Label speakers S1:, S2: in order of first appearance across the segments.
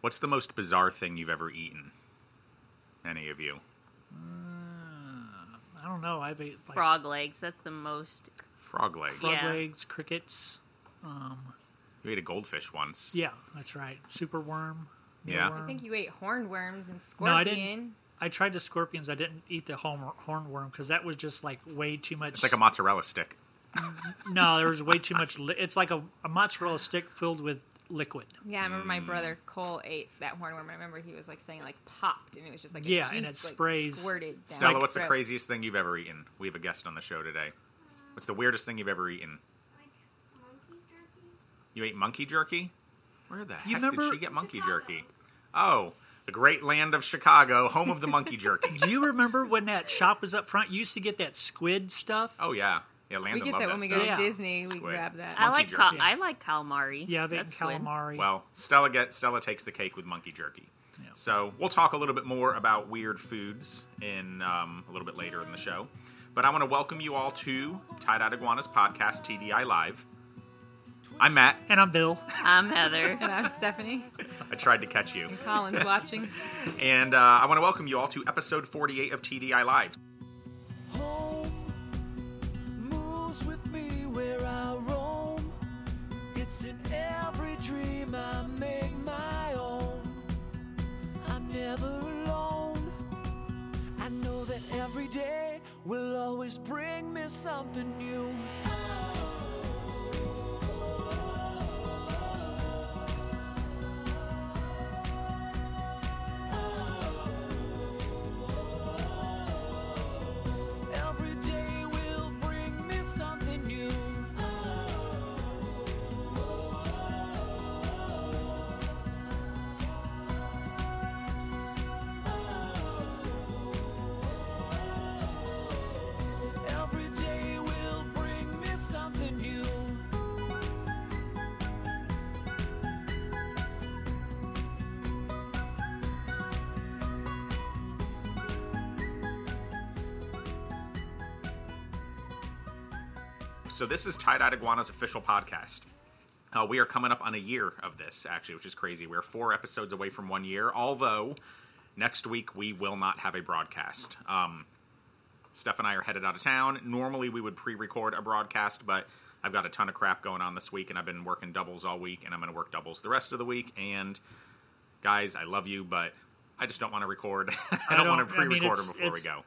S1: What's the most bizarre thing you've ever eaten? Any of you?
S2: I don't know. I've ate like
S3: Frog legs. That's the most.
S1: Frog leg.
S2: frog
S3: yeah.
S2: legs, crickets. Um,
S1: You ate a goldfish once.
S2: yeah, that's right. Super worm.
S1: Yeah.
S2: mealworm.
S4: I think you ate hornworms and
S2: No, I
S4: scorpion.
S2: didn't. I tried the scorpions. I didn't eat the home hornworm because that was just like way too much.
S1: It's like a mozzarella stick.
S2: no, there was way too much. Li- it's like a, a mozzarella stick filled with liquid.
S4: Yeah, I remember my
S2: Mm.
S4: brother Cole ate that hornworm. I remember he was like saying like popped, and it was just like a
S2: Yeah, and
S4: juice,
S2: it
S4: like,
S2: sprays-
S4: squirted. Down
S1: Stella,
S4: his
S1: what's the
S4: throat.
S1: craziest thing you've ever eaten? We have a guest on the show today. What's the weirdest thing you've ever eaten?
S5: Like monkey jerky?
S1: You ate monkey jerky? Where the heck
S2: You
S1: did
S2: remember-
S1: she get monkey
S5: Chicago.
S1: jerky? Oh, the great land of Chicago, home of the monkey jerky.
S2: Do you remember when that shop was up front? You used to get that squid stuff.
S1: Oh yeah, yeah. Landon
S4: We get
S1: loved
S4: that when we go to
S1: stuff.
S2: Yeah.
S4: Disney. We
S1: Squid.
S4: grab that.
S3: I
S1: Monkey
S3: like cal-
S1: jerky.
S3: I like calamari.
S2: Yeah, I've eaten
S3: That's good.
S2: calamari.
S1: Well, Stella get Stella takes the cake with monkey jerky.
S2: Yeah.
S1: So we'll talk a little bit more about weird foods in um, a little bit later in the show. But I want to welcome you all to Tied Out Iguanas podcast TDI Live. I'm Matt.
S2: And I'm Bill.
S3: I'm Heather.
S4: And I'm Stephanie.
S1: I tried to catch you.
S4: And Colin's watching.
S1: And uh, I want to welcome you all to episode 48 of TDI Live.
S6: home moves with me where I roam. It's in every dream I make my own. I'm never alone. I know that every day will always bring me something new. Every day will bring me something new. Every day will bring me something new.
S1: So this is Tie Dyed Iguana's official podcast. Uh, we are coming up on a year of this, actually, which is crazy. We're four episodes away from one year, although next week we will not have a broadcast. Um, Steph and I are headed out of town. Normally we would pre-record a broadcast, but I've got a ton of crap going on this week, and I've been working doubles all week, and I'm going to work doubles the rest of the week. And guys, I love you, but I just don't want to record. I don't, want to
S2: I mean,
S1: pre-record
S2: it's-
S1: them before we
S2: it's-
S1: go.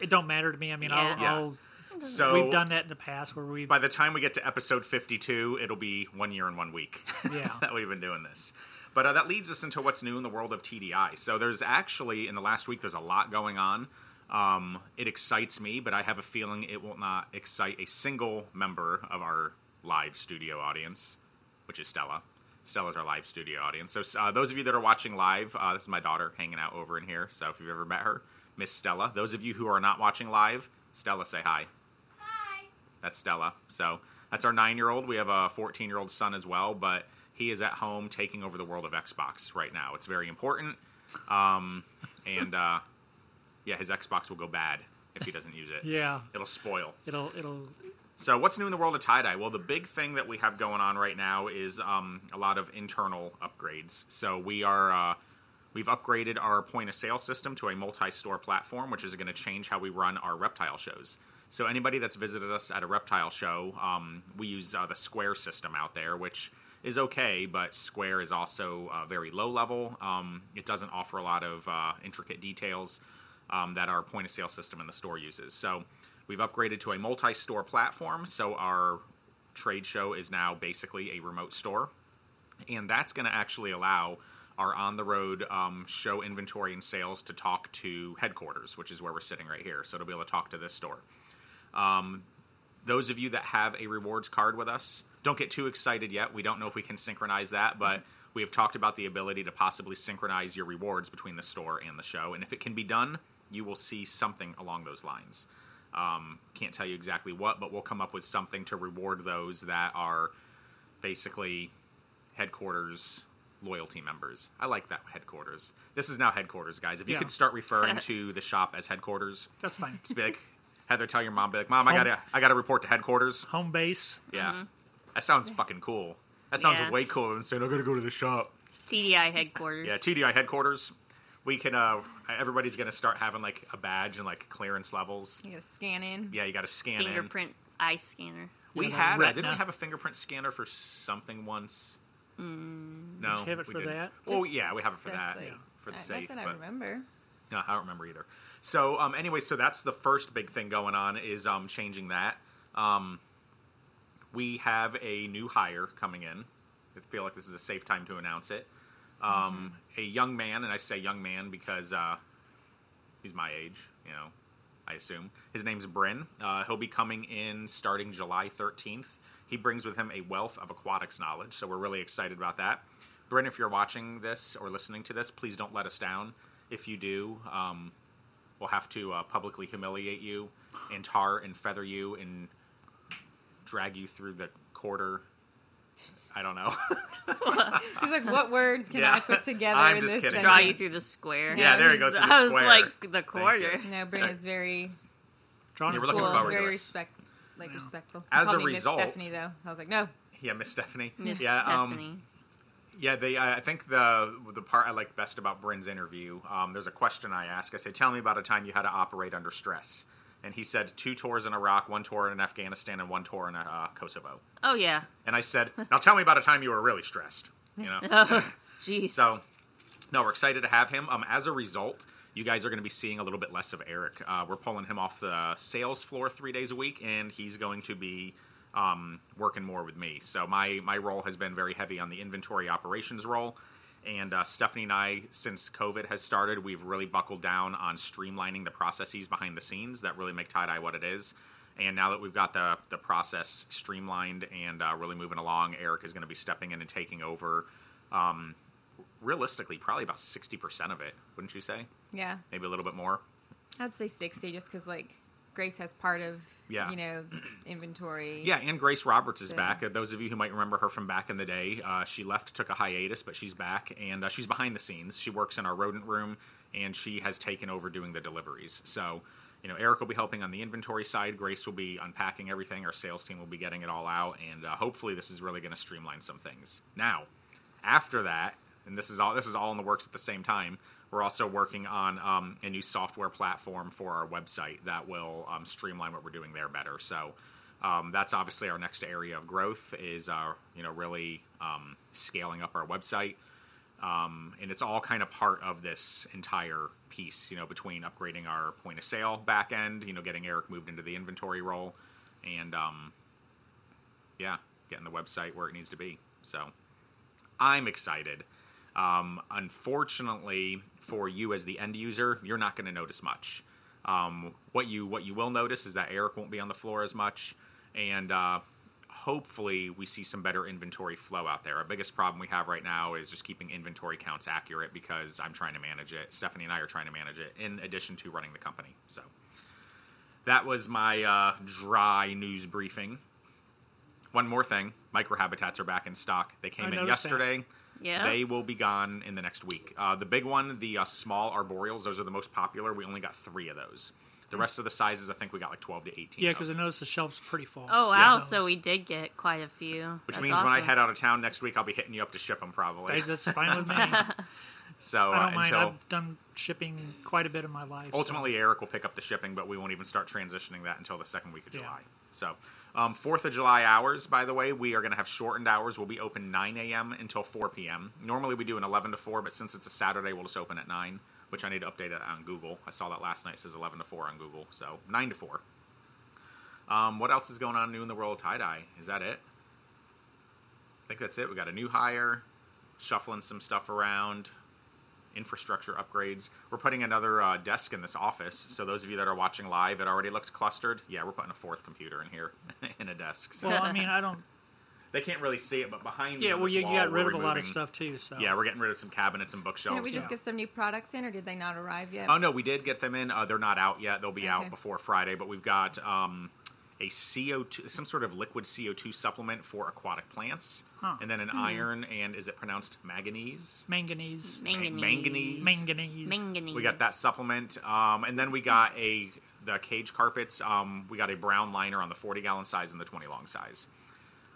S2: It don't matter to me. I mean, I'll,
S3: Yeah.
S2: I'll
S1: So
S2: we've done that in the past where we've
S1: by the time we get to episode 52, it'll be one year and one week
S2: Yeah.
S1: that we've been doing this. But uh, that leads us into what's new in the world of TDI. So there's actually, in the last week, there's a lot going on. Um, it excites me, but I have a feeling it will not excite a single member of our live studio audience, which is Stella. Stella's our live studio audience. So uh, those of you that are watching live, uh, this is my daughter hanging out over in here. So if you've ever met her, Miss Stella. Those of you who are not watching live, Stella, say hi.
S5: Hi.
S1: That's Stella. So that's our nine year old. We have a 14 year old son as well, but he is at home taking over the world of Xbox right now. It's very important. Um, and uh, yeah, his Xbox will go bad if he doesn't use it.
S2: yeah.
S1: It'll spoil.
S2: It'll it'll
S1: So, what's new in the world of tie dye? Well, the big thing that we have going on right now is um, a lot of internal upgrades. So, we are uh, we've upgraded our point of sale system to a multi-store platform, which is going to change how we run our reptile shows. So, anybody that's visited us at a reptile show, um, we use uh, the Square system out there, which is okay, but Square is also uh, very low level. Um, it doesn't offer a lot of uh, intricate details um, that our point of sale system in the store uses. So we've upgraded to a multi store platform. So our trade show is now basically a remote store. And that's going to actually allow our on the road um, show inventory and sales to talk to headquarters, which is where we're sitting right here. So it'll be able to talk to this store. Um, those of you that have a rewards card with us, don't get too excited yet. We don't know if we can synchronize that, but we have talked about the ability to possibly synchronize your rewards between the store and the show. And if it can be done, you will see something along those lines. Um, can't tell you exactly what, but we'll come up with something to reward those that are basically headquarters loyalty members. I like that headquarters. This is now headquarters, guys. If you
S2: Yeah.
S1: could start referring to the shop as headquarters,
S2: that's fine.
S1: just be like, Heather, tell your mom, be like, Mom, I
S2: Home-
S1: gotta, I gotta report to headquarters.
S2: Home base.
S1: Yeah, that sounds fucking cool. That sounds
S3: Yeah.
S1: way cooler than saying I gotta go to the shop.
S3: TDI headquarters.
S1: Yeah, TDI headquarters. We can. Uh, everybody's gonna start having like a badge and like clearance levels.
S4: You gotta scan in.
S1: Yeah, you got to scan in.
S3: Fingerprint eye scanner.
S1: We
S2: Yeah, like
S1: had. Uh,
S2: retina.
S1: didn't we have a fingerprint scanner for something once? no,
S2: Did you have it
S1: we
S2: for
S1: didn't.
S2: that?
S1: Well, Oh,
S4: Just
S1: yeah, we have it for
S4: stuff
S1: that.
S4: like-
S1: yeah, for the
S4: not-
S1: safe.
S4: Not that I
S1: but-
S4: remember.
S1: No, I don't remember either. So, um, anyway, so that's the first big thing going on is um, changing that. Um, we have a new hire coming in. I feel like this is a safe time to announce it. Um, A young man, and I say young man because uh, he's my age, you know, I assume. His name's Bryn. Uh, he'll be coming in starting July 13th. He brings with him a wealth of aquatics knowledge, so we're really excited about that. Bryn, if you're watching this or listening to this, please don't let us down. If you do, um, we'll have to uh, publicly humiliate you and tar and feather you and drag you through the quarter. I don't know.
S4: He's like, what words can
S1: Yeah.
S4: I put together
S1: I'm
S4: in
S1: just
S4: this
S1: kidding.
S3: Draw
S1: Yeah.
S3: you through the square.
S1: Yeah, there you go, through the
S3: I was
S1: square.
S3: like the quarter.
S1: you.
S4: No, Bryn is very
S2: Drawn
S1: Yeah,
S2: and
S1: we're looking
S4: cool,
S2: cool.
S1: forward to
S4: very
S1: it.
S4: respect, like
S2: Yeah.
S4: respectful. He
S1: As
S4: called
S1: a
S4: me Miss
S1: result-
S4: Stephanie though, I was like, no,
S1: yeah, Miss Stephanie.
S3: Miss
S1: yeah,
S3: Stephanie.
S1: um, Yeah, they. I I think the the part I liked best about Bryn's interview. Um, there's a question I asked. I said, "Tell me about a time you had to operate under stress." And he said, two tours in Iraq, one tour in Afghanistan, and one tour in uh, Kosovo."
S3: oh yeah.
S1: And I said, "Now tell me about a time you were really stressed." You know.
S3: Jeez.
S1: so, no, we're excited to have him. Um, as a result, you guys are going to be seeing a little bit less of Eric. Uh, we're pulling him off the sales floor three days a week, and he's going to be um, working more with me. So my my role has been very heavy on the inventory operations role. And uh, Stephanie and I, since COVID has started, we've really buckled down on streamlining the processes behind the scenes that really make tie dye what it is. And now that we've got the the process streamlined and uh, really moving along, Eric is going to be stepping in and taking over. Um, realistically, probably about sixty percent of it, wouldn't you say?
S4: yeah,
S1: Maybe a little bit more.
S4: I'd say sixty, just because like Grace has part of
S1: Yeah.
S4: you know inventory.
S1: Yeah, and Grace Roberts is
S4: So-
S1: back. Uh, Those of you who might remember her from back in the day, uh, she left, took a hiatus, but she's back, and uh, she's behind the scenes. She works in our rodent room, and she has taken over doing the deliveries. So, you know, Eric will be helping on the inventory side. Grace will be unpacking everything. Our sales team will be getting it all out, and uh, hopefully, this is really going to streamline some things. Now, after that, and this is all this is all in the works at the same time. We're also working on um, a new software platform for our website that will um, streamline what we're doing there better. So um, that's obviously our next area of growth is uh, you know really um, scaling up our website. Um, and it's all kind of part of this entire piece, you know, between upgrading our point of sale back end, you know, getting Eric moved into the inventory role, and um, yeah, getting the website where it needs to be. So I'm excited. Um, unfortunately, for you as the end user, you're not going to notice much. Um, what you what you will notice is that Eric won't be on the floor as much, and uh, hopefully we see some better inventory flow out there. Our biggest problem we have right now is just keeping inventory counts accurate because I'm trying to manage it. Stephanie and I are trying to manage it in addition to running the company. So that was my uh, dry news briefing. One more thing, microhabitats are back in stock. They came
S2: I
S1: in
S2: noticed that.
S1: yesterday.
S3: yeah.
S1: They will be gone in the next week. Uh, the big one, the uh, small arboreals, those are the most popular. We only got three of those. The rest of the sizes, I think we got like 12 to 18.
S2: Yeah,
S1: of.
S2: because I noticed the shelves pretty full.
S3: oh wow.
S2: Yeah.
S3: So we did get quite a few.
S1: Which
S3: That's
S1: means when I
S3: awesome.
S1: head out of town next week, I'll be hitting you up to ship them
S2: Hey,
S1: probably.
S2: that's fine with me. I
S1: So uh,
S2: don't mind.
S1: until
S2: I've done shipping quite a bit in my life. so-
S1: ultimately, Eric will pick up the shipping, but we won't even start transitioning that until the second week of
S2: Yeah.
S1: July. So, um, 4th of July hours, by the way, we are going to have shortened hours. We'll be open 9 a.m. until 4 p.m. Normally we do an 11 to 4, but since it's a Saturday, we'll just open at 9, which I need to update it on Google. I saw that last night. It says 11 to 4 on Google. So, 9 to 4. Um, what else is going on new in the world of tie dye? Is that it? I think that's it. We got a new hire, shuffling some stuff around, infrastructure upgrades. We're putting another uh, desk in this office. So those of you that are watching live, it already looks clustered. Yeah, we're putting a fourth computer in here in a desk. So
S2: well, I mean, I don't.
S1: they can't really see it, but behind
S2: Yeah,
S1: me on
S2: well,
S1: this
S2: you, you
S1: wall,
S2: got
S1: we're
S2: rid of a lot of
S1: removing-
S2: stuff too. So
S1: Yeah, we're getting rid of some cabinets and bookshelves.
S4: Didn't we just
S1: yeah.
S4: get some new products in, or did they not arrive yet?
S1: Oh no, we did get them in. Uh, they're not out yet. They'll be out
S4: Okay.
S1: before Friday. But we've got um, a CO two, some sort of liquid CO two supplement for aquatic plants,
S2: Huh.
S1: and then an
S4: Hmm.
S1: iron and is it pronounced manganese?
S2: manganese,
S3: manganese.
S1: manganese.
S2: manganese.
S3: Manganese.
S1: We got that supplement, um, and then we got a the cage carpets. Um, we got a brown liner on the forty gallon size and the twenty long size.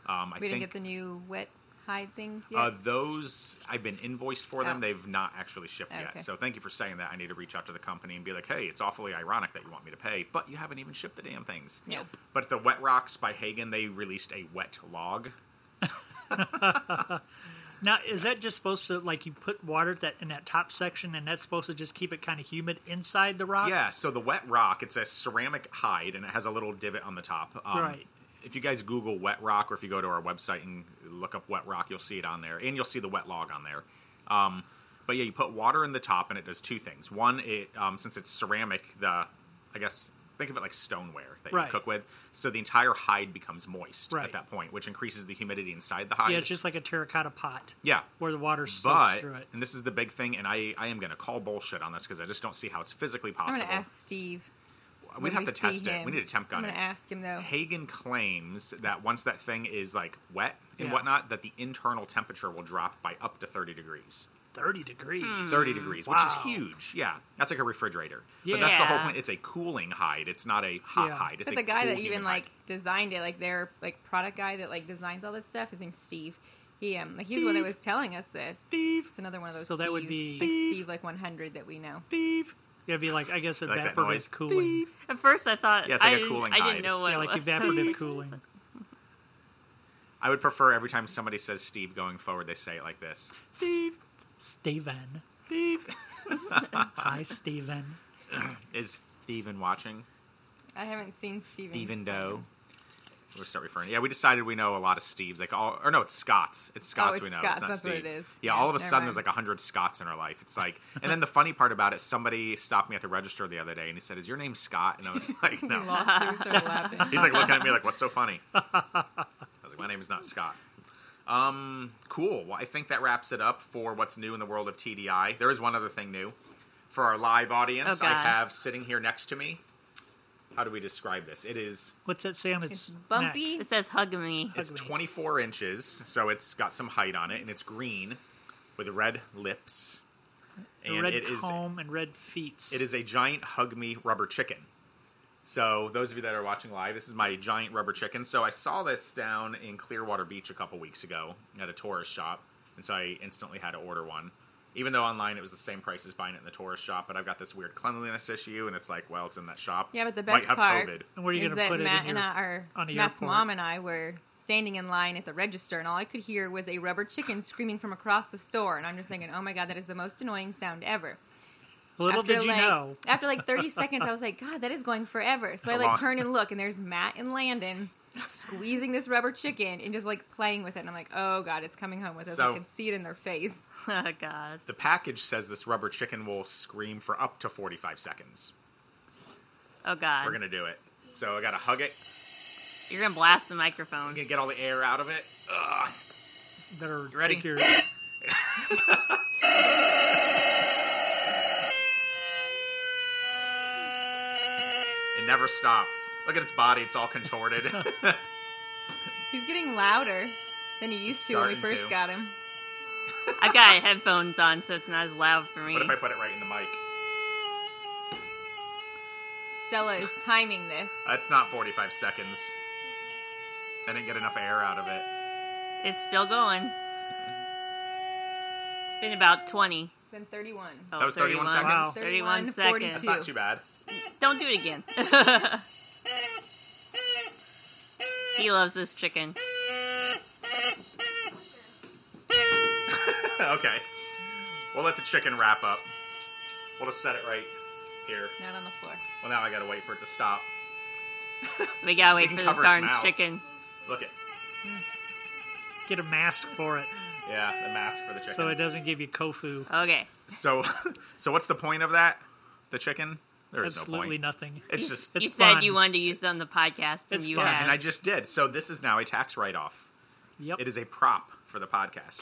S1: Um, I
S4: we didn't
S1: think
S4: get the new wet Tide things yet?
S1: Uh, those I've been invoiced for them.
S4: Oh.
S1: They've not actually shipped
S4: Okay.
S1: yet. So thank you for saying that. I need to reach out to the company and be like, "Hey, it's awfully ironic that you want me to pay, but you haven't even shipped the damn things."
S4: Nope.
S1: But the Wet Rocks by Hagen, they released a wet log.
S2: Now, is that just supposed to like you put water that in that top section, and that's supposed to just keep it kind of humid inside the rock?
S1: Yeah, so the wet rock, it's a ceramic hide and it has a little divot on the top. Um,
S2: Right.
S1: If you guys Google wet rock or if you go to our website and look up wet rock, you'll see it on there and you'll see the wet log on there. Um, but yeah, you put water in the top and it does two things. One, it um, since it's ceramic, the I guess think of it like stoneware that
S2: Right.
S1: you cook with. So the entire hide becomes moist
S2: Right.
S1: at that point, which increases the humidity inside the hide.
S2: Yeah, it's just like a terracotta pot
S1: yeah.
S2: where the water soaks
S1: But
S2: through it.
S1: and this is the big thing, and I, I am going to call bullshit on this because I just don't see how it's physically
S4: I'm
S1: possible.
S4: gonna ask Steve.
S1: We'd
S4: when
S1: have to
S4: we
S1: test
S4: see
S1: it.
S4: him.
S1: We need a temp gun.
S4: I'm
S1: it.
S4: gonna ask him though.
S1: Hagen claims that once that thing is like wet and
S2: Yeah.
S1: whatnot, that the internal temperature will drop by up to thirty degrees.
S2: Thirty degrees.
S3: Hmm.
S4: Hmm.
S1: Thirty degrees, which is
S2: Wow.
S1: huge. Yeah, that's like a refrigerator. But that's the whole
S3: Yeah.
S1: point. It's a cooling hide. It's not a hot
S2: Yeah.
S1: hide. It's
S4: But
S1: a
S4: the guy
S1: cool
S4: that
S1: human
S4: even
S1: hide.
S4: like designed it, like their like product guy that like designs all this stuff, his name's Steve. He um like he's the one that
S1: Steve.
S4: was telling us this.
S1: Steve,
S4: It's another one of those.
S2: So that would
S4: Steves,
S2: be-
S4: like
S1: Steve.
S4: Steve like 100 that we know.
S1: Steve,
S2: It'd be like I guess
S1: I like that
S2: evaporative
S1: noise.
S2: cooling.
S1: Steve.
S3: At first, I thought
S1: Yeah, it's like
S3: I,
S1: a
S3: didn't-
S1: cooling
S3: I
S1: hide.
S3: didn't know what
S2: Yeah,
S3: it
S2: like
S3: was.
S2: evaporative cooling.
S1: I would prefer every time somebody says Steve going forward, they say it like this. Steve,
S2: Steven.
S1: Steve
S2: Hi, Steven.
S1: is Steven watching.
S4: I haven't seen Steven.
S1: Steven
S4: so-
S1: Doe. We'll start referring. Yeah, we decided we know a lot of Steves. Like all, or no, it's Scots. It's Scots
S4: Oh, it's
S1: we know.
S4: Scots,
S1: It's not
S4: that's what it
S1: Steves.
S4: is.
S1: Yeah,
S4: Yeah,
S1: all of a
S4: never
S1: sudden
S4: mind.
S1: there's like hundred Scots in our life. It's like, and then the funny part about it, somebody stopped me at the register the other day and he said, "Is your name Scott?" And I was like,
S4: We
S1: "No."
S4: lost her, we started laughing.
S1: He's like looking at me like, "What's so funny?" I was like, "My name is not Scott." Um, cool. Well, I think that wraps it up for what's new in the world of TDI. There is one other thing new for our live audience.
S3: Oh,
S1: I
S3: God.
S1: have sitting here next to me. How do we describe this? It is
S2: What's that say on its,
S4: It's
S2: neck?
S4: bumpy.
S3: It says hug me.
S1: It's
S2: Ugly.
S1: 24 inches, so it's got some height on it, and it's green with red lips.
S2: A
S1: And
S2: red
S1: it is
S2: comb and red feet.
S1: it is a giant hug me rubber chicken. So those of you that are watching live, this is my giant rubber chicken. So I saw this down in Clearwater Beach a couple weeks ago at a tourist shop, and so I instantly had to order one. Even though online it was the same price as buying it in the tourist shop, but I've got this weird cleanliness issue, and it's like, well, it's in that shop.
S4: Yeah, but the
S1: might
S4: best
S1: have
S4: part
S1: COVID.
S2: And where are you
S4: is
S2: gonna
S4: that
S2: put it in
S4: Matt and
S2: your-
S4: I are
S2: on the
S4: Matt's
S2: airport?
S4: mom and I were standing in line at the register, and all I could hear was a rubber chicken screaming from across the store, and I'm just thinking, oh my god, that is the most annoying sound ever.
S2: Little
S4: after
S2: did you
S4: like,
S2: know.
S4: After like 30 seconds, I was like, God, that is going forever. So I
S1: Long-
S4: like turn and look, and there's Matt and Landon squeezing this rubber chicken and just like playing with it. And I'm like, oh God, it's coming home with us.
S1: So-
S4: I can see it in their face.
S3: Oh God.
S1: The package says this rubber chicken will scream for up to 45 seconds.
S3: Oh God.
S1: We're gonna do it. So I gotta hug it.
S3: You're gonna blast the
S1: I'm
S3: microphone.
S1: gonna get all the air out of it. Ugh.
S2: Better
S1: ready?
S2: take your.
S1: It never stops. Look at its body; it's all contorted.
S4: He's getting louder than he used to when we
S1: Starting
S4: first
S1: to.
S4: got him.
S3: I've got headphones on, so it's not as loud for me.
S1: what if I put it right in the mic?
S4: Stella is timing this.
S1: That's not 45 seconds. I didn't get enough air out of it.
S3: It's still going. It's been about 20.
S4: It's been 31.
S3: Oh,
S1: That was 31 seconds?
S2: Wow.
S3: 31
S4: 31,
S1: That's
S3: seconds.
S1: not
S4: Two.
S1: too bad.
S3: Don't do it again. he loves this chicken.
S1: okay. We'll let the chicken wrap up. We'll just set it right here.
S4: Not on the floor.
S1: Well, now I gotta wait for it to stop.
S3: We gotta
S1: We
S3: wait
S1: can
S3: for this
S1: cover its
S3: darn
S1: mouth.
S3: chicken.
S1: Look it.
S2: Get a mask for it
S1: Yeah, the mask for the chicken.
S2: so it doesn't give you kofu.
S3: Okay.
S1: So, so what's the point of that? The chicken? There is no
S2: Absolutely
S1: point.
S2: nothing.
S1: It's just
S2: It's
S3: you said
S2: fun.
S3: you wanted to use it on the podcast, and
S2: It's
S3: you
S2: fun.
S1: yeah,
S3: have.
S1: and I just did. So this is now a tax write-off.
S2: Yep.
S1: It is a prop for the podcast.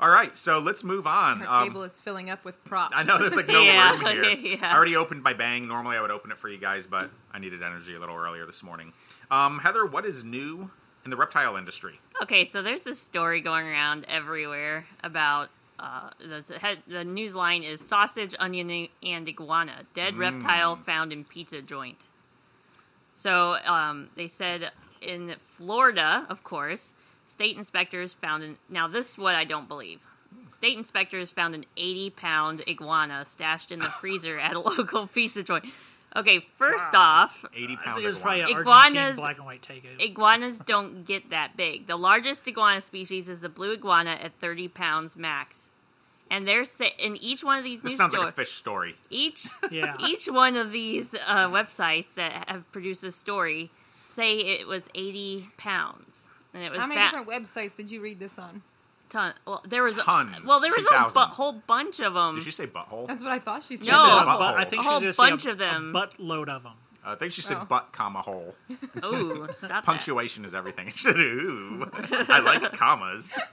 S1: All right, so let's move on.
S4: Our
S1: Um,
S4: table is filling up with props.
S1: I know there's like no
S3: Yeah,
S1: room here.
S3: yeah.
S1: I already opened my bang. Normally I would open it for you guys, but I needed energy a little earlier this morning. Um, Heather, what is new in the reptile industry?
S3: Okay, so there's this story going around everywhere about uh, the, the head, the news line is sausage, onion, and iguana dead reptile found in pizza joint. So um, they said in Florida, of course, state inspectors found an. Now, this is what I don't believe. State inspectors found an 80 pound iguana stashed in the freezer at a local pizza joint. Okay, first off,
S1: Eighty
S2: I
S1: pounds.
S2: think it's probably an Argentine
S3: Iguanas-
S2: black and white takeout.
S3: iguanas don't get that big. The largest iguana species is the blue iguana at 30 pounds max. And they're sa- in each one of these
S1: This
S3: news
S1: sounds like
S3: stories-
S1: a fish story.
S3: each
S2: Yeah.
S3: each one of these uh, websites that have produced a story say it was 80 pounds and it was
S4: How many
S3: fat-
S4: different websites did you read this on?
S3: ton well there was
S1: Tons.
S3: a, well there was a
S1: 2,000.
S3: bu- whole bunch of them
S1: Did you say butthole?
S3: Uh,
S4: That's what I thought she said.
S3: No.
S2: She said a
S1: Oh.
S2: butt- I think
S3: A whole
S2: she's gonna say
S3: bunch
S2: a,
S3: of them.
S2: A buttload of them.
S1: Uh, I think she said
S4: Oh.
S1: butt, comma hole.
S3: ooh stop
S1: Punctuation is everything. She said ooh. I like commas,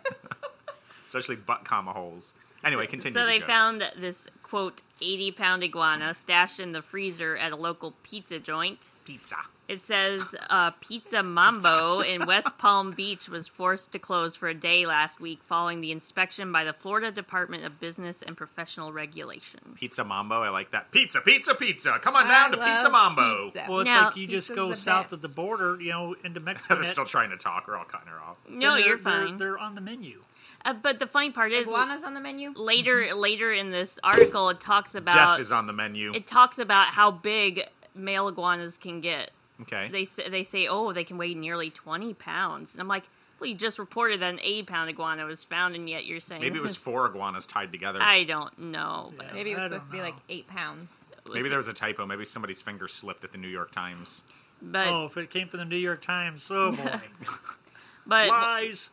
S1: especially butt comma holes. Anyway,
S3: that.
S1: continue.
S3: so
S1: the
S3: they
S1: joke.
S3: found this quote 80 pound iguana stashed in the freezer at a local pizza joint
S1: pizza.
S3: It says uh, Pizza Mambo in West Palm Beach was forced to close for a day last week following the inspection by the Florida Department of Business and Professional Regulation.
S1: Pizza Mambo. I like that. Pizza, pizza, pizza. Come on
S4: I
S1: down to
S4: love
S1: Pizza Mambo.
S4: pizza.
S2: Well, it's
S3: Now,
S2: like you just
S4: pizza's
S2: go
S4: the
S2: south of
S4: best.
S2: the border, you know, into Mexico.
S1: They're
S2: and
S1: still trying to talk. We're all cutting her off.
S2: then
S3: No,
S2: they're-
S3: you're
S2: they're-
S3: fine.
S2: They're on the menu.
S3: Uh, but the funny part is
S4: Iguanas on the menu?
S3: later later in this article it talks about
S1: Death is on the menu.
S3: it talks about how big male iguanas can get.
S1: okay.
S3: They say, they say oh they can weigh nearly 20 pounds. And I'm like, well you just reported that an 80 pound iguana was found and yet you're saying
S1: Maybe it was four iguanas tied together.
S3: I don't know. But
S2: Yeah.
S4: Maybe it was
S2: I don't
S4: supposed to be
S2: know.
S4: like eight pounds.
S3: it
S1: Maybe there was a typo. Maybe somebody's finger slipped at the New York Times.
S3: but
S2: oh, if it came from the New York Times, oh boy.
S3: but
S2: Lies.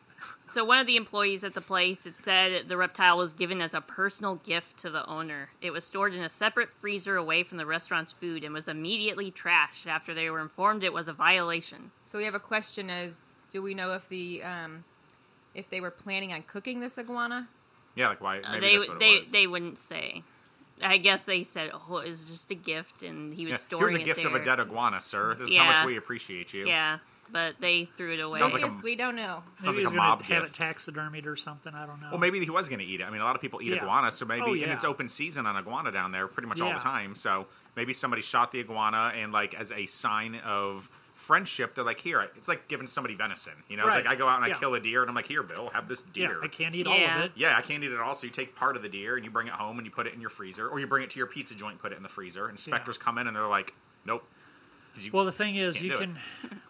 S3: So one of the employees at the place it said the reptile was given as a personal gift to the owner. It was stored in a separate freezer away from the restaurant's food and was immediately trashed after they were informed it was a violation.
S4: So we have a question: Is do we know if the um, if they were planning on cooking this iguana?
S1: Yeah, like why? Maybe
S3: Uh, they
S1: that's what
S3: they
S1: it was.
S3: they wouldn't say. I guess they said, "Oh, it was just a gift," and he was
S1: Yeah,
S3: storing
S1: Here's a
S3: it
S1: gift of
S3: there.
S1: a dead iguana, sir. This is how
S3: Yeah.
S1: much we appreciate you.
S3: Yeah, but they threw it away.
S1: Sounds
S4: I
S1: like a-
S4: guess we don't know.
S1: Sounds like
S2: maybe he's
S1: a mob
S2: gonna have
S1: gift.
S2: it taxidermied or something. I don't know.
S1: Well, maybe he was going to eat it. I mean, a lot of people eat
S2: Oh. Yeah.
S1: iguana, so maybe
S2: Oh,
S1: and
S2: yeah.
S1: it's open season on iguana down there pretty much all
S2: Yeah.
S1: the time. So maybe somebody shot the iguana and like as a sign of friendship, they're like, here. I-" It's like giving somebody venison. You know,
S2: Right.
S1: it's like I go out and
S2: Yeah.
S1: I kill a deer, and I'm like, here, Bill, have this
S2: yeah,
S1: deer.
S2: I can't eat all
S3: Yeah.
S2: of it.
S1: Yeah, I can't eat it all. So you take part of the deer and you bring it home and you put it in your freezer, or you bring it to your pizza joint, put it in the freezer. Inspectors come in and they're like, nope. Did you-
S2: Well, the thing is,
S1: Can't
S2: you
S1: do it.
S2: can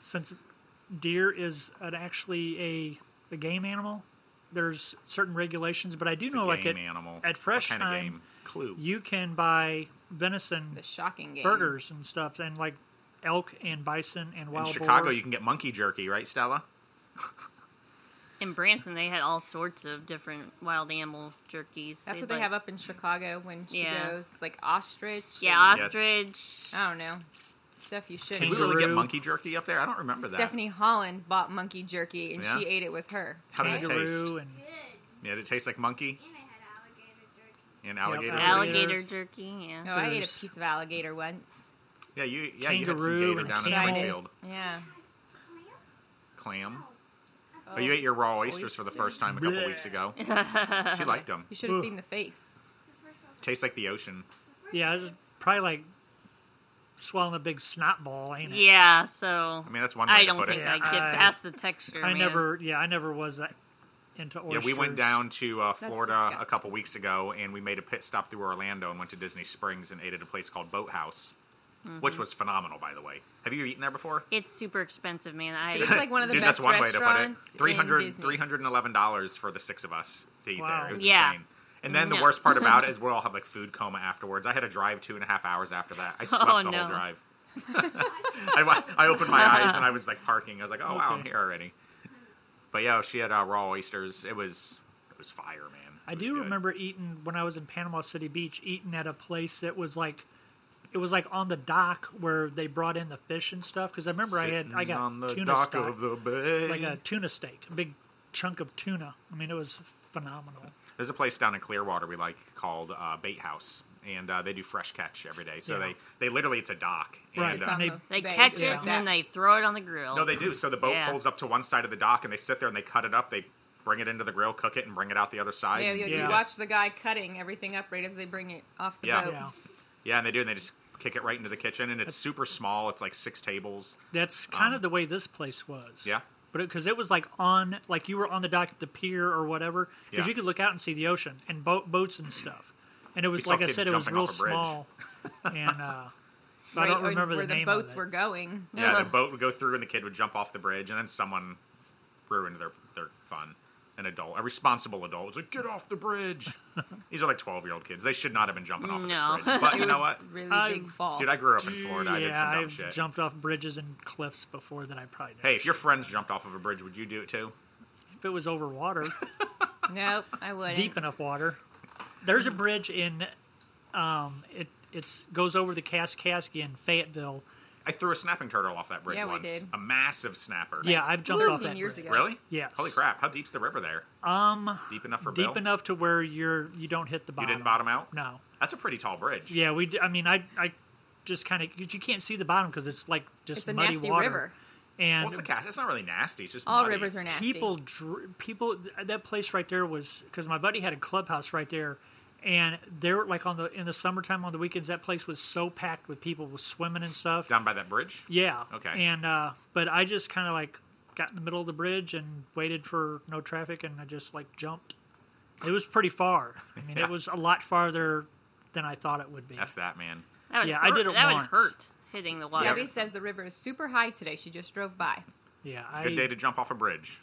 S2: since deer is an, actually a a game animal. There's certain regulations, but I do
S1: it's a
S2: know like
S1: game
S2: at,
S1: animal.
S2: at fresh
S1: what kind
S2: time
S1: of game? Clue.
S2: you can buy venison
S4: The shocking game.
S2: burgers and stuff, and like elk and bison and
S1: in
S2: wild
S1: Chicago,
S2: boar.
S1: you can get monkey jerky, right, Stella?
S3: In Branson, they had all sorts of different wild animal jerkies.
S4: That's what
S3: They'd
S4: they
S3: like-
S4: have up in Chicago when she
S3: Yeah.
S4: goes like ostrich.
S3: Yeah,
S4: and-
S1: Yeah.
S3: ostrich.
S4: I don't know stuff you
S1: Can
S4: shouldn't.
S1: we really get
S2: Kangaroo.
S1: monkey jerky up there? I don't remember that.
S4: Stephanie Holland bought monkey jerky and she
S1: Yeah?
S4: ate it with her.
S1: How did it taste?
S2: kangaroo and
S5: Good.
S1: Yeah, did it taste like monkey
S5: And it had alligator jerky.
S1: and alligator?
S2: Alligator.
S3: Alligator jerky.
S4: No,
S3: Yeah.
S4: Oh, I ate a
S2: There's-
S4: piece of alligator once.
S1: Yeah, you yeah you had some
S2: Kangaroo
S1: gator
S2: and
S1: down in
S2: camel.
S1: Springfield.
S4: Yeah.
S5: Clam?
S1: Clam.
S4: Oh,
S1: Oh, you ate your raw oysters for the first time a couple
S2: Bleh.
S1: weeks ago. She liked them.
S4: You should have
S2: Ugh.
S4: seen the face.
S5: The first one.
S1: Tastes like the ocean.
S2: yeah, it's probably like swallowing a big snot ball, ain't it?
S3: yeah, so
S1: I mean, that's one way
S3: I
S1: to
S3: don't
S1: put
S3: think
S1: it.
S3: I get
S2: I-
S3: past the texture.
S2: I
S3: man.
S2: never, yeah, I never was that into
S1: Yeah,
S2: oysters.
S1: we went down to uh, Florida a
S4: disgusting.
S1: couple weeks ago, and we made a pit stop through Orlando and went to Disney Springs and ate at a place called Boathouse, which was phenomenal, by the way. Have you eaten there before?
S3: It's super expensive, man. I
S4: It's like one of the
S1: Dude,
S4: best
S1: that's one way to put it.
S4: restaurants in
S1: Three hundred,
S4: Disney.
S1: three hundred and eleven dollars for the six of us to eat
S2: Wow.
S1: there. It was
S3: Yeah.
S1: insane. And then the
S3: No.
S1: worst part about it is we all have like food coma afterwards. I had to drive two and a half hours after that. I slept
S3: Oh,
S1: the
S3: no.
S1: whole drive. I, wa- I opened my
S4: Uh-huh.
S1: eyes and I was like parking. I was like, oh wow, I'm
S2: Okay.
S1: here already. But yeah, she had uh, raw oysters. It was it was fire, man. It
S2: I
S1: was
S2: do
S1: good.
S2: remember eating when I was in Panama City Beach, eating at a place that was like, it was like on the dock where they brought in the fish and stuff. Because I remember I had I
S1: Sitting
S2: got
S1: on the
S2: tuna
S1: dock
S2: stock,
S1: of the bay.
S2: like a tuna steak, a big chunk of tuna. I mean, it was phenomenal.
S1: There's a place down in Clearwater we like called uh, Bait House, and uh, they do fresh catch every day. So
S2: Yeah.
S1: they, they literally it's a dock.
S2: Right.
S1: And,
S4: It's
S1: uh,
S4: on
S2: they-
S4: the
S3: They
S4: bay,
S3: catch it
S4: just like
S3: and then
S4: that.
S3: they throw it on the grill.
S1: No, they do. So the boat
S3: Yeah.
S1: pulls up to one side of the dock, and they sit there and they cut it up. They bring it into the grill, cook it, and bring it out the other side.
S4: Yeah,
S1: and
S4: you,
S1: eat
S4: you
S2: Yeah.
S1: it.
S4: watch the guy cutting everything up right as they bring it off the
S1: Yeah.
S4: boat.
S2: Yeah,
S1: Yeah, and they do, and they just kick it right into the kitchen, and it's super small. It's like six tables.
S2: that's kind
S1: Um,
S2: of the way this place was.
S1: Yeah,
S2: but because it, was like on like you were on the dock at the pier or whatever, because
S1: Yeah.
S2: you could look out and see the ocean and boat boats and stuff. And it was
S1: saw
S2: like I
S1: kids
S2: said, it was
S1: jumping
S2: real
S1: off a bridge.
S2: small, and uh, but I
S4: Right,
S2: don't
S4: or
S2: remember
S4: where
S2: the name
S4: boats
S2: of it.
S4: were going.
S1: Yeah,
S3: Uh-huh.
S1: the boat would go through, and the kid would jump off the bridge, and then someone ruined their their fun. An adult, a responsible adult, was like, "Get off the bridge." These are like twelve year old kids. They should not have been jumping off of
S3: No.
S1: this bridge. But
S4: It
S1: you know
S4: was
S1: what,
S4: Really
S2: I-
S4: big fall.
S1: dude? I grew up in Florida. I did
S2: yeah,
S1: some dumb
S2: I've
S1: shit.
S2: jumped off bridges and cliffs before that I probably never
S1: hey, if your friends jumped off of a bridge, would you do it too?
S2: If it was over water,
S4: nope, I wouldn't.
S2: deep enough water, there's a bridge in, um, it it's goes over the Kaskaskia in Fayetteville.
S1: I threw a snapping turtle off that bridge
S4: Yeah, we
S1: once.
S4: did.
S1: A massive snapper.
S2: Yeah, I've jumped off
S4: 13
S2: that
S4: years
S2: bridge.
S4: ago.
S1: Really?
S2: Yes.
S1: Holy crap! How deep's the river there?
S2: Um,
S1: Deep enough for
S2: deep
S1: Bill?
S2: enough to where you're you don't hit the
S1: You
S2: bottom.
S1: didn't bottom out.
S2: No.
S1: That's a pretty tall bridge.
S2: Yeah, we. d- I mean, I I just kind of you can't see the bottom because it's like just
S4: It's a
S2: muddy
S4: nasty
S2: water.
S4: river.
S2: And
S1: What's the cast? It's not really nasty. It's just
S4: All
S1: muddy.
S4: rivers are nasty.
S2: people dr- people th- that place right there was because my buddy had a clubhouse right there and there like on the in the summertime on the weekends that place was so packed with people was swimming and stuff
S1: down by that bridge.
S2: yeah
S1: Okay.
S2: and uh but i just kind of like got in the middle of the bridge and waited for no traffic and i just like jumped it was pretty far i mean
S1: Yeah.
S2: it was a lot farther than i thought it would be
S1: F that man.
S3: That would
S2: Yeah, I
S3: hurt.
S2: did it
S3: That
S2: once.
S3: would hurt hitting the water.
S4: Debbie says the river is super high today. She just drove by.
S2: yeah i
S1: Good day to jump off a bridge.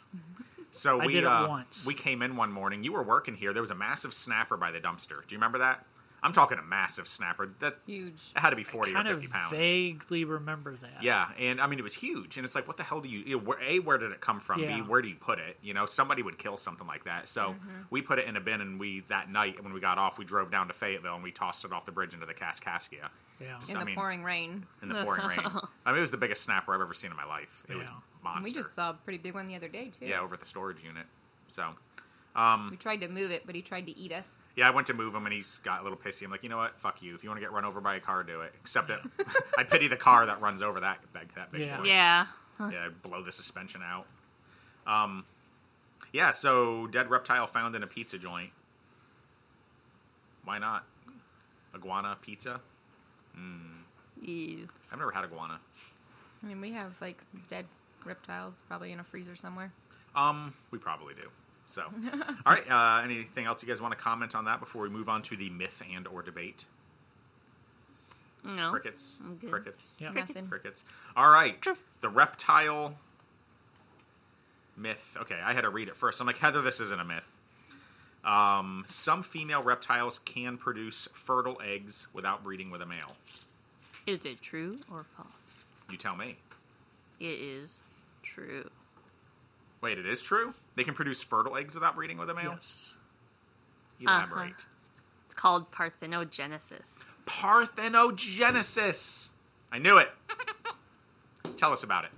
S1: So
S2: I
S1: we
S2: did it
S1: uh,
S2: once.
S1: we came in one morning. You were working here. There was a massive snapper by the dumpster. Do you remember that? I'm talking a massive snapper. That
S4: Huge.
S1: that had to be 40 or
S2: kind
S1: 50
S2: of
S1: pounds.
S2: vaguely remember that
S1: Yeah, and I mean it was huge, and it's like, what the hell do you? you know, where, a, where did it come from?
S2: Yeah.
S1: B, where do you put it? You know, somebody would kill something like that. So we put it in a bin, and we that night when we got off, we drove down to Fayetteville and we tossed it off the bridge into the Kaskaskia
S2: yeah
S1: So,
S4: In
S1: I
S4: the
S1: mean-
S4: pouring rain.
S1: in the pouring rain. I mean, it was the biggest snapper I've ever seen in my life. It was
S2: Yeah.
S1: monster.
S4: We just saw a pretty big one the other day, too.
S1: yeah, over at the storage unit. So
S4: We tried to move it, but he tried to eat us.
S1: Yeah, I went to move him and he's got a little pissy. I'm like, you know what? Fuck you. If you want to get run over by a car, do it. Except it, I pity the car that runs over that that, that big
S2: Yeah.
S1: boy.
S3: Yeah.
S1: Yeah, blow the suspension out. Um, yeah. So dead reptile found in a pizza joint. Why not? Iguana pizza.
S3: Ew.
S1: I've never had iguana.
S4: I mean, we have like dead reptiles probably in a freezer somewhere.
S1: Um, we probably do. So, all right. Uh, anything else you guys want to comment on that before we move on to the myth and or debate?
S3: No.
S1: Crickets.
S3: I'm good.
S1: Crickets.
S2: yeah
S4: Nothing.
S1: Crickets. All right. The reptile myth. Okay, I had to read it first. I'm like, Heather, this isn't a myth. Um, some female reptiles can produce fertile eggs without breeding with a male.
S3: Is it true or false?
S1: You tell me.
S3: It is true.
S1: Wait, it is true? They can produce fertile eggs without breeding with a male?
S2: yes Uh-huh.
S1: Elaborate.
S3: Uh-huh. It's called parthenogenesis.
S1: Parthenogenesis. I knew it. tell us about it.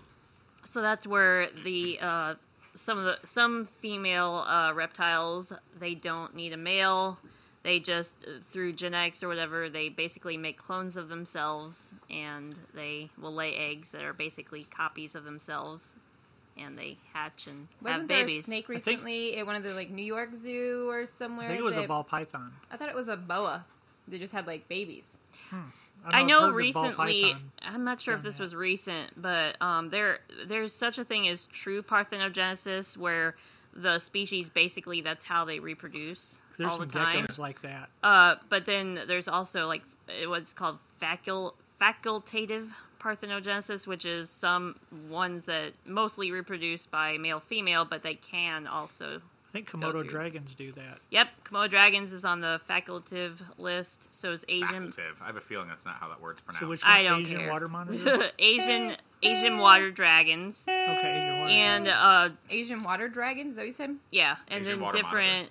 S3: So that's where the uh, some of the some female uh, reptiles they don't need a male. They just uh, through genetics or whatever they basically make clones of themselves and they will lay eggs that are basically copies of themselves and they hatch and have
S4: Wasn't there a
S3: babies.
S4: snake
S2: think-
S4: recently at one of the like New York Zoo or somewhere?
S2: i think it was a
S4: that-
S2: ball python
S4: I thought it was a boa. They just had like babies.
S2: I've
S3: I know
S2: heard of ball
S3: recently.
S2: python.
S3: I'm not sure if
S2: done
S3: this
S2: that.
S3: was recent, but um, there there's such a thing as true parthenogenesis, where the species basically that's how they reproduce
S2: there's
S3: all the
S2: some
S3: time.
S2: geckos like that
S3: Uh, but then there's also like it- what's called facul- facultative parthenogenesis, which is some ones that mostly reproduce by male female, but they can also.
S2: I think Komodo
S3: to.
S2: dragons do that.
S3: Yep, Komodo dragons is on the facultative list. So is Asian
S1: Facultative. I have a feeling that's not how that word's pronounced.
S2: So which
S3: I
S2: one?
S3: don't
S2: Asian
S3: care.
S2: water monitor?
S3: Asian Asian water dragons.
S2: okay, Asian water
S3: and
S2: monitor.
S3: uh
S4: Asian water dragons, is that what you said?
S3: yeah and
S1: Asian
S3: then
S1: water
S3: different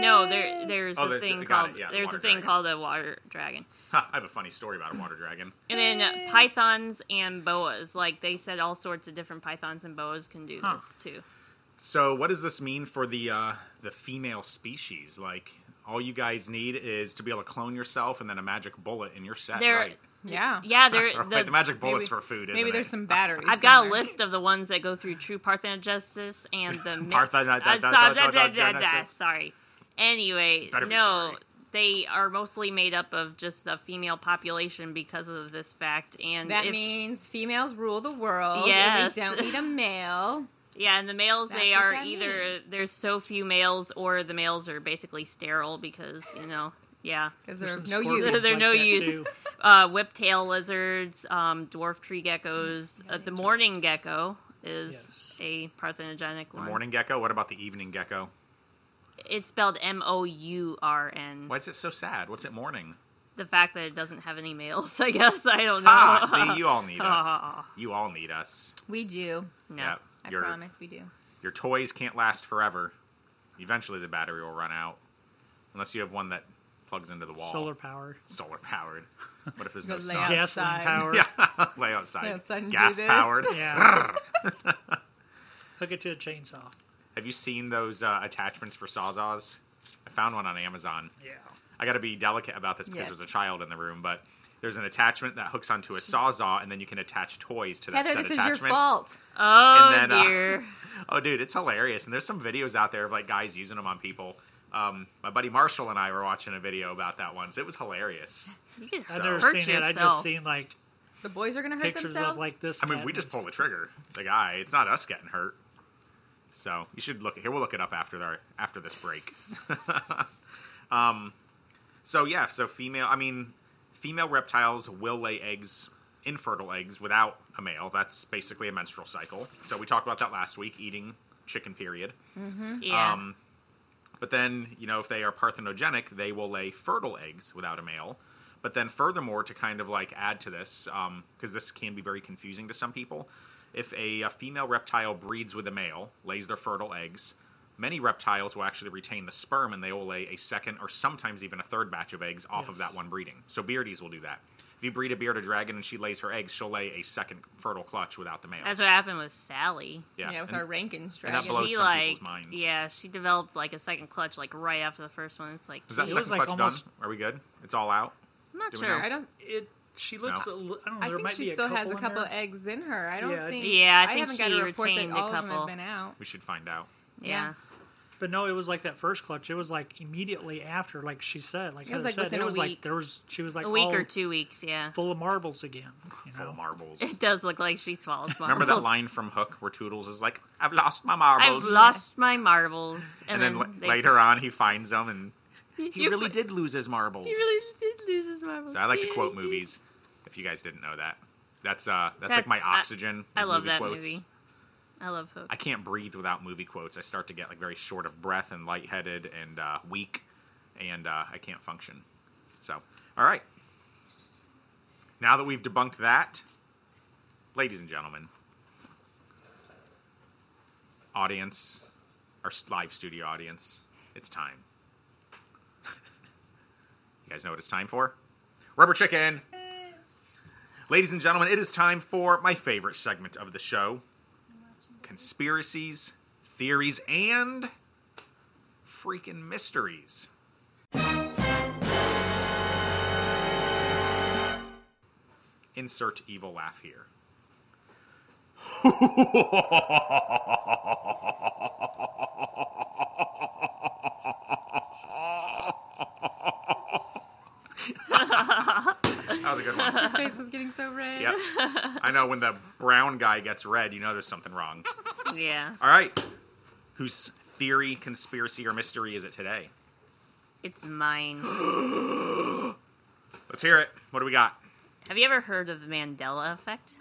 S3: no there there's
S1: Oh,
S3: a
S1: they-
S3: thing
S1: they got it.
S3: called
S1: Yeah, the
S3: there's
S1: water
S3: a thing
S1: dragon.
S3: called a water dragon
S1: Huh, I have a funny story about a water dragon.
S3: and then
S4: Eh.
S3: uh, pythons and boas like they said all sorts of different pythons and boas can do
S2: Huh.
S3: this too
S1: So, what does this mean for the uh, the female species? Like, all you guys need is to be able to clone yourself, and then a magic bullet, and you're set.
S3: There-
S1: right?
S4: Yeah.
S3: yeah there
S1: Right,
S3: the,
S1: the magic bullets
S4: uh,
S1: for
S4: Maybe-
S1: food. Isn't
S4: Maybe there's
S1: it?
S4: some batteries.
S3: I've got a
S4: somewhere.
S3: list of the ones that go through true parthenogenesis and the mi-
S1: Partheno-
S3: Uh,
S1: da- da- da-
S3: sorry, da-
S1: da-
S3: da- da- da-
S1: genesis.
S3: Sorry. Anyway,
S1: Better be
S3: no,
S1: sorry.
S3: they are mostly made up of just the female population because of this fact. And
S4: That
S3: if-
S4: means females rule the world.
S3: Yes.
S4: And we don't need a male.
S3: Yeah, and the males they
S4: That's what
S3: are
S4: that
S3: either
S4: means.
S3: there's so few males or the males are basically sterile because you know yeah
S4: because
S2: There's
S4: they're
S2: some
S4: no
S2: scorpions
S4: use.
S3: They're
S2: like
S3: no
S2: that,
S3: use.
S2: too.
S3: uh, whiptail lizards, um, dwarf tree geckos, uh, the morning gecko
S2: Mm,
S3: is
S2: Yes.
S3: a parthenogenic
S1: The
S3: one.
S1: morning gecko. What about the evening gecko?
S3: It's spelled M O U R N.
S1: Why is it so sad? What's it mourning?
S3: The fact that it doesn't have any males, I guess I don't know.
S1: Ah, see, you all need us.
S3: Aw.
S1: You all need us.
S4: We do.
S3: no.
S1: Yeah,
S4: I
S1: your
S4: promise we do.
S1: your toys can't last forever. Eventually, the battery will run out, unless you have one that plugs into the wall.
S2: Solar power.
S1: solar powered. What if there's
S4: Go
S1: no
S4: lay
S1: sun?
S4: out.
S2: Gasoline
S4: Outside.
S2: power.
S1: Yeah, lay outside.
S4: Lay outside and do
S1: Gas
S4: this.
S1: powered.
S2: Yeah. Hook it to a chainsaw.
S1: Have you seen those uh, attachments for sawzaws? I found one on Amazon.
S2: Yeah.
S1: I got to be delicate about this because
S4: Yes.
S1: there's a child in the room, but there's an attachment that hooks onto a sawzaw, and then you can attach toys to that
S4: Heather,
S1: said
S4: this is your
S1: attachment.
S4: fault.
S3: Oh
S1: And then, uh,
S3: dear.
S1: Oh, dude, it's hilarious. And there's some videos out there of like guys using them on people. Um, my buddy Marshall and I were watching a video about that once. It was hilarious.
S3: you just
S1: So-
S2: I've never
S3: hurt
S2: seen
S3: yourself.
S2: it. I just seen like
S4: The boys are going to hurt
S2: pictures
S4: themselves.
S2: of like this.
S1: I mean, we just pull the trigger. The guy. It's not us getting hurt. So you should look it here. We'll look it up after our after this break. um, so yeah, so female. I mean, female reptiles will lay eggs, infertile eggs, without a male. That's basically a menstrual cycle. So we talked about that last week. Eating chicken period.
S3: yeah.
S1: Um, but then, you know, if they are parthenogenic, they will lay fertile eggs without a male. But then, furthermore, to kind of like add to this, because this can be very confusing to some people, if a, a female reptile breeds with a male, lays their fertile eggs, many reptiles will actually retain the sperm and they will lay a second or sometimes even a third batch of eggs off of
S2: Yes.
S1: that one breeding. So, beardies will do that. If you breed a bearded dragon and she lays her eggs, she'll lay a second fertile clutch without the male.
S3: That's what happened with Sally.
S4: yeah,
S1: yeah,
S4: with
S1: and-
S4: our Rankin's
S1: and that
S4: dragon.
S1: blows
S3: she
S1: some people's
S3: like
S1: minds.
S3: yeah, she developed like a second clutch like right after the first one. It's like
S1: is that
S2: It
S1: second
S2: was, like,
S1: clutch
S2: almost-
S1: done? Are we good? It's all out.
S3: I'm not
S1: Do we
S3: sure.
S1: know?
S4: I don't.
S2: it. She looks.
S1: No.
S2: A, li- I don't know.
S4: I
S2: there
S4: think
S2: might be
S4: she
S2: a
S4: still
S2: couple
S4: has a
S2: in
S4: couple
S2: there.
S4: eggs in her. I don't
S2: Yeah, I
S4: think.
S2: think-
S3: Yeah, I think
S4: haven't got
S3: she
S4: a report that
S3: retained a
S4: all of them
S3: couple.
S4: have been out.
S1: We should find out.
S3: yeah.
S2: But no, it was like that first clutch. It was like immediately after, like she said, like
S4: It was,
S2: Heather
S4: like,
S2: said,
S4: within
S2: it
S4: a
S2: was
S4: week.
S2: like there was she was like
S3: a week
S2: all
S3: or two weeks, yeah.
S2: full of marbles again. You
S1: Full
S2: know,
S1: marbles.
S3: It does look like she swallows marbles.
S1: Remember that line from Hook where Toodles is like, "I've lost my
S3: I've
S1: marbles,"
S3: lost my marbles,
S1: and,
S3: and,
S1: then,
S3: they-
S1: la- later on he finds them and he
S3: You-
S1: really did lose his marbles.
S3: He really did lose his marbles.
S1: so I like to
S3: Yeah,
S1: quote
S3: he
S1: movies. If you guys didn't know that, that's uh, that's, like
S3: That's-
S1: my
S3: I-
S1: oxygen.
S3: did. I
S1: is
S3: love
S1: movie
S3: that
S1: quotes.
S3: movie. I love Hook.
S1: I can't breathe without movie quotes. I start to get like very short of breath and lightheaded and uh, weak, and uh, I can't function. So, all right. Now that we've debunked that, ladies and gentlemen, audience, our s- live studio audience, it's time. You guys know what it's time for? Rubber chicken. Ladies and gentlemen, it is time for my favorite segment of the show, conspiracies, theories, and freaking mysteries. Insert evil laugh here. that was a good one.
S4: Her face was getting so red.
S1: Yep. I know when the brown guy gets red, you know there's something wrong.
S3: Yeah,
S1: All right. Whose theory, conspiracy, or mystery is it today?
S3: it's mine.
S1: Let's hear it. What do we got?
S3: Have you ever heard of the Mandela effect?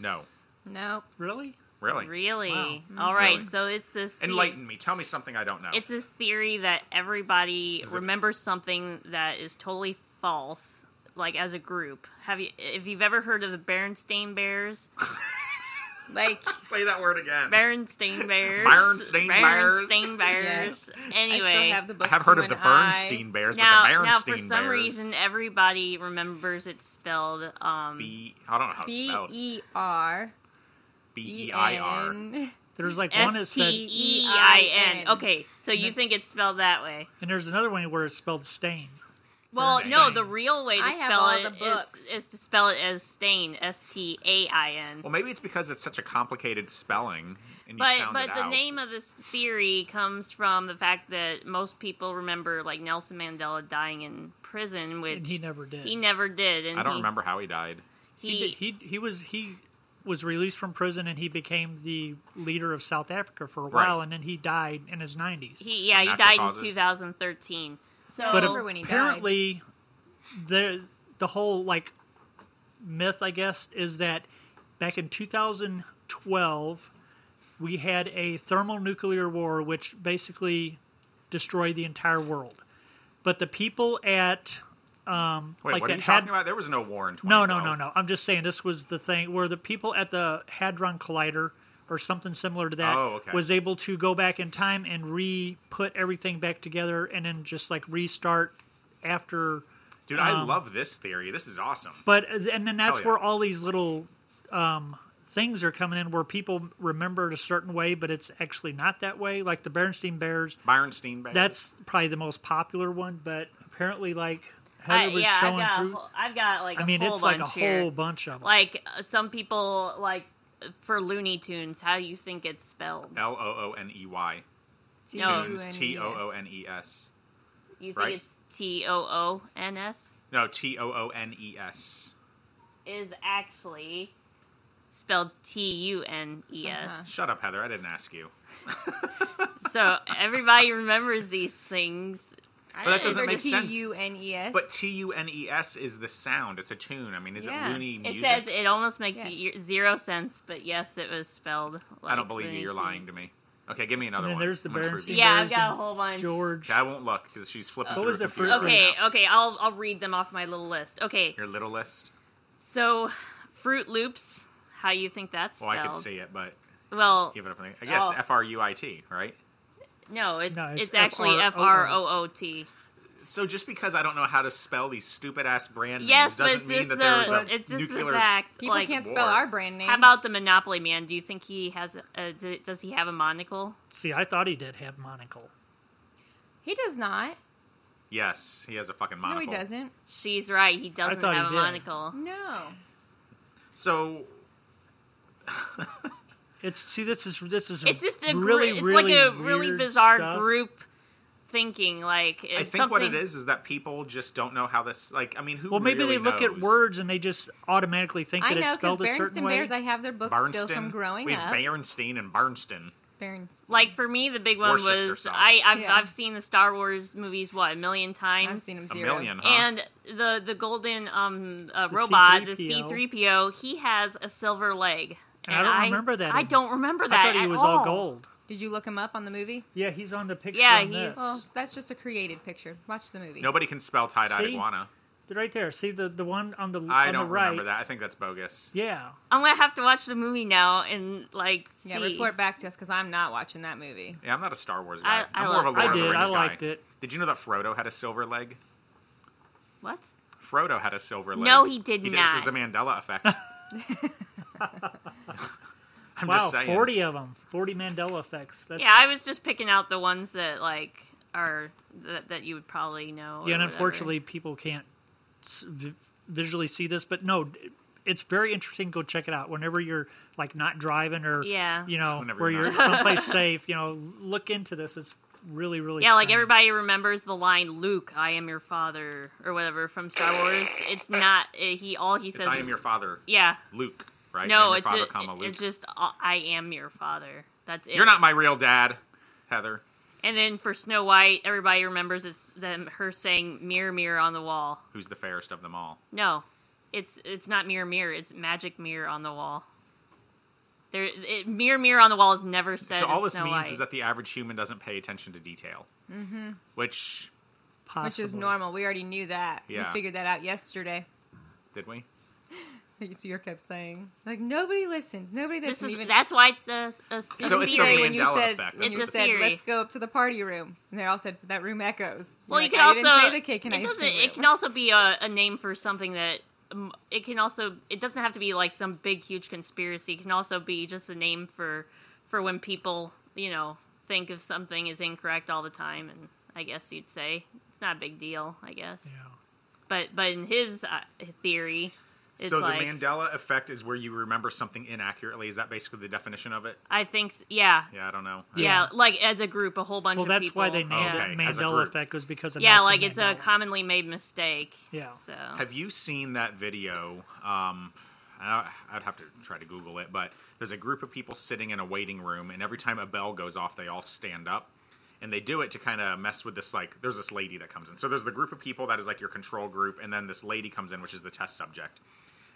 S1: No.
S4: Nope.
S2: really?
S1: Really? Mm-hmm.
S3: Really?
S2: Wow.
S3: All right.
S1: Really.
S3: So it's this. the-
S1: Enlighten me. Tell me something I don't know.
S3: It's this theory that everybody
S1: Is it-
S3: remembers something that is totally false, like as a group. Have you, if you've ever heard of the Berenstain Bears,
S4: Like
S1: Say that word again.
S3: Berenstain Bears,
S1: Berenstain Bears.
S3: Berenstain Bears. Anyway,
S4: I still have the
S1: I
S4: books
S1: have
S4: from
S1: heard of the
S4: when I-
S1: Bernstein Bears,
S3: now,
S1: but the Berenstein
S3: now for some
S1: Bears.
S3: reason, everybody remembers it's spelled. Um,
S1: B, I don't know how it's
S4: B
S1: spelled.
S4: E R
S1: B
S4: E
S1: E I R.
S4: N.
S2: There's like one that
S3: S T
S2: said,
S3: E I N.
S4: E-I-N.
S3: Okay, so you think it's spelled that way?
S2: and there's another one where it's spelled stain.
S3: Well,
S2: Stain.
S3: no. The real way to
S4: I have
S3: spell
S4: all
S3: it
S4: the books.
S3: is, is to spell it as stain. S T A I N.
S1: Well, maybe it's because it's such a complicated spelling, and you
S3: But
S1: found
S3: but
S1: it
S3: the
S1: out.
S3: name of this theory comes from the fact that most people remember like Nelson Mandela dying in prison, which
S2: And he never did.
S3: he never did. And
S1: I don't
S3: he,
S1: remember how he died.
S2: He
S3: He,
S2: did, he he was he was released from prison and he became the leader of South Africa for a while,
S1: Right.
S2: and then he died in his 90s.
S3: He, yeah, he
S1: Natural
S3: died
S1: causes.
S3: in 2013. So,
S2: but
S4: remember when he died.
S2: apparently, the the whole like myth, I guess, is that back in 2012 we had a thermonuclear war, which basically destroyed the entire world. But the people at um,
S1: Wait,
S2: like
S1: what are
S2: that
S1: you
S2: had-
S1: talking about? There was no war in
S2: no, no, no,
S1: 2012.
S2: no. I'm just saying this was the thing where the people at the Hadron Collider or something similar to that
S1: Oh, okay.
S2: was able to go back in time and re-put everything back together and then just like restart after.
S1: Dude, I
S2: Um,
S1: love this theory. This is awesome.
S2: But and then that's
S1: Hell yeah.
S2: where all these little um, things are coming in where people remember it a certain way, but it's actually not that way. Like the Bernstein Bears,
S1: Byron Steenbeck.
S2: that's probably the most popular one, but apparently like
S3: I,
S2: Heather was
S3: yeah, I've
S2: showing
S3: got, a
S2: through.
S3: whole, I've got like a
S2: I mean,
S3: whole
S2: it's like
S3: bunch
S2: a
S3: here.
S2: whole bunch of them.
S3: Like uh, some people like for Looney Tunes, how do you think it's spelled?
S1: L O O N E Y.
S4: E
S3: No.
S1: Tunes. T O O N E S.
S3: You think
S1: Right.
S3: it's T O O N S?
S1: No, T O O N E S.
S3: Is actually spelled T U N E
S4: Uh-huh.
S3: S.
S1: Shut up, Heather. I didn't ask you.
S3: So everybody remembers these things. I
S1: But that
S3: didn't-
S1: doesn't make sense.
S4: T-U-N-E-S.
S1: But T U N E S is the sound. It's a tune. I mean, is
S4: Yeah.
S1: it loony
S3: It
S1: music?
S3: says it almost makes
S4: Yes.
S3: y- zero sense, but yes, it was spelled.
S1: I
S3: like
S1: don't believe
S3: Looney
S1: you. You're lying
S3: Tunes.
S1: to me. Okay, give me another
S2: and then
S1: one.
S2: there's the
S1: I'm gonna prove
S2: Bernstein
S1: you.
S3: Yeah, I've
S2: Bears.
S3: got a
S2: and
S3: whole bunch.
S2: George.
S1: I won't look because she's flipping
S2: What
S1: through
S2: was
S1: her
S2: the
S1: computer
S2: fruit
S1: right
S3: Okay,
S1: now.
S3: okay, I'll I'll read them off my little list. Okay,
S1: Your little list.
S3: so Fruit Loops, how you think that's
S1: Well,
S3: spelled?
S1: I could see it, but
S3: Well,
S1: give it up. I guess
S3: Oh.
S1: F R U I T, right?
S3: no, it's
S2: No, it's
S3: it's, actually F R
S2: FROO.
S3: O O T.
S1: So just because I don't know how to spell these stupid ass brand names
S3: Yes, but
S1: doesn't
S3: it's
S1: mean
S3: just
S1: that there is
S3: the
S1: a
S3: it's just
S1: nuclear.
S3: the fact.
S4: People
S3: like,
S4: can't spell
S1: war.
S4: our brand name.
S3: how about the Monopoly Man? Do you think he has? A, a, d- does he have a monocle?
S2: See, I thought he did have monocle.
S4: He does not.
S1: Yes, he has a fucking monocle.
S4: No, he doesn't.
S3: She's right. He doesn't
S2: thought he
S3: have a
S2: did.
S3: monocle.
S4: No.
S1: So
S2: It's see, this is this is
S3: It's just a gr-
S2: really
S3: it's
S2: really
S3: like a really
S2: weird
S3: bizarre
S2: stuff.
S3: group thinking. Like it's
S1: I think
S3: something,
S1: what it is is that people just don't know how this. Like, I mean, who?
S2: Well, maybe
S1: really
S2: they look at
S1: knows?
S2: words and they just automatically think
S4: I
S2: that it's
S4: know because
S2: spelled a
S4: Berenstain
S2: certain way.
S4: Bears. I have their books still from
S1: Barnston.
S4: growing
S1: we
S4: up.
S1: have Bernstein and Barnston.
S4: Berenstain.
S3: Like for me, the big one
S1: Worcester
S3: was
S1: sauce.
S3: I I've,
S4: Yeah.
S3: I've seen the Star Wars movies what a million times.
S4: I've seen him
S1: A
S4: zero.
S1: million, huh?
S3: And the the golden um uh, robot, the
S2: C-3PO.
S3: C three PO, he has a silver leg.
S2: And I don't remember that
S3: I
S2: in-
S3: don't remember that.
S2: I thought he
S3: at
S2: was
S3: all.
S2: all gold.
S4: Did you look him up on the movie?
S2: Yeah, he's on the picture.
S3: Yeah,
S2: on
S3: he's-
S2: this.
S4: Well, that's just a created picture. Watch the movie.
S1: Nobody can spell tie dye
S2: See?
S1: iguana.
S2: right there. See the the one on the
S1: I
S2: on
S1: don't
S2: the right.
S1: remember that. I think that's bogus.
S2: Yeah,
S3: I'm gonna have to watch the movie now and like see.
S4: Yeah, report back to us because I'm not watching that movie.
S1: Yeah, I'm not a Star Wars
S3: I-
S1: guy.
S3: I
S1: am more of a Lord
S3: love-
S2: I
S1: of the
S2: did.
S1: Rings
S2: I
S1: guy.
S2: liked it.
S1: Did you know that Frodo had a silver leg?
S3: What?
S1: Frodo had a silver leg.
S3: No, he did
S1: This is
S3: not.
S1: the Mandela effect. I'm
S2: wow,
S1: just saying.
S2: forty of them. Forty Mandela effects. That's,
S3: Yeah, I was just picking out the ones that like are that, that you would probably know. or
S2: Yeah, and
S3: whatever.
S2: unfortunately, people can't s- vi- visually see this, but no, it's very interesting. Go check it out whenever you're like not driving or
S3: Yeah.
S2: you know,
S1: Whenever
S2: where
S1: you're
S2: you're someplace safe. You know, look into this. It's really really
S3: Yeah, like
S2: stunning.
S3: everybody remembers the line "Luke, I am your father" or whatever from Star Wars. It's not uh, he. All he
S1: It's
S3: says.
S1: I am your father,
S3: Yeah.
S1: Luke. Right? I am
S3: No,
S1: your
S3: it's
S1: father,
S3: just,
S1: comma, Luke.
S3: it's just uh, I am your father. That's it.
S1: You're not my real dad, Heather.
S3: And then for Snow White, everybody remembers it's them her saying "Mirror, mirror on the wall."
S1: Who's the fairest of them all?
S3: No, it's it's not "Mirror, mirror." It's "Magic mirror on the wall." There, it, "Mirror, mirror on the wall" is never said.
S1: so all
S3: in
S1: this
S3: Snow
S1: means
S3: White.
S1: is that the average human doesn't pay attention to detail, mm-hmm. which
S2: Possibly.
S4: Which is normal. We already knew that.
S1: Yeah.
S4: We figured that out yesterday.
S1: did we?
S4: It's you kept saying. Like, nobody listens. Nobody
S3: this
S4: doesn't
S3: is
S4: even.
S3: that's why it's a, a
S1: So it's the
S3: theory.
S1: main
S4: when you
S1: Mandela
S4: said,
S1: effect.
S4: When
S3: It's
S4: you
S3: a
S4: said,
S3: theory.
S4: let's go up to the party room. And they all said, that room echoes. And
S3: Well, you
S4: you're
S3: can
S4: like, I
S3: also
S4: didn't say the cake and
S3: it
S4: ice
S3: doesn't.
S4: cream room.
S3: It can also be a, a name for something that um, it can also. It doesn't have to be like some big huge conspiracy. It can also be just a name for for when people you know think of something is incorrect all the time. And I guess you'd say it's not a big deal. I guess,
S2: Yeah.
S3: but but in his uh, theory, it's
S1: so
S3: like
S1: the Mandela effect is where you remember something inaccurately. Is that basically the definition of it?
S3: I think s- yeah, yeah.
S1: Yeah, I don't know.
S3: like as a group, a whole bunch
S2: Well,
S3: of
S2: that's
S3: people.
S2: why they named
S1: Okay,
S2: it
S1: as a
S2: Mandela
S1: group.
S2: effect was because of
S3: yeah,
S2: Nelson
S3: like it's a
S2: Mandela.
S3: commonly made mistake.
S2: yeah.
S3: So
S1: Have you seen that video? Um, I- I'd have to try to Google it, but there's a group of people sitting in a waiting room, and every time a bell goes off, they all stand up. And they do it to kind of mess with this, like, there's this lady that comes in. So there's the group of people that is like your control group, and then this lady comes in, which is the test subject.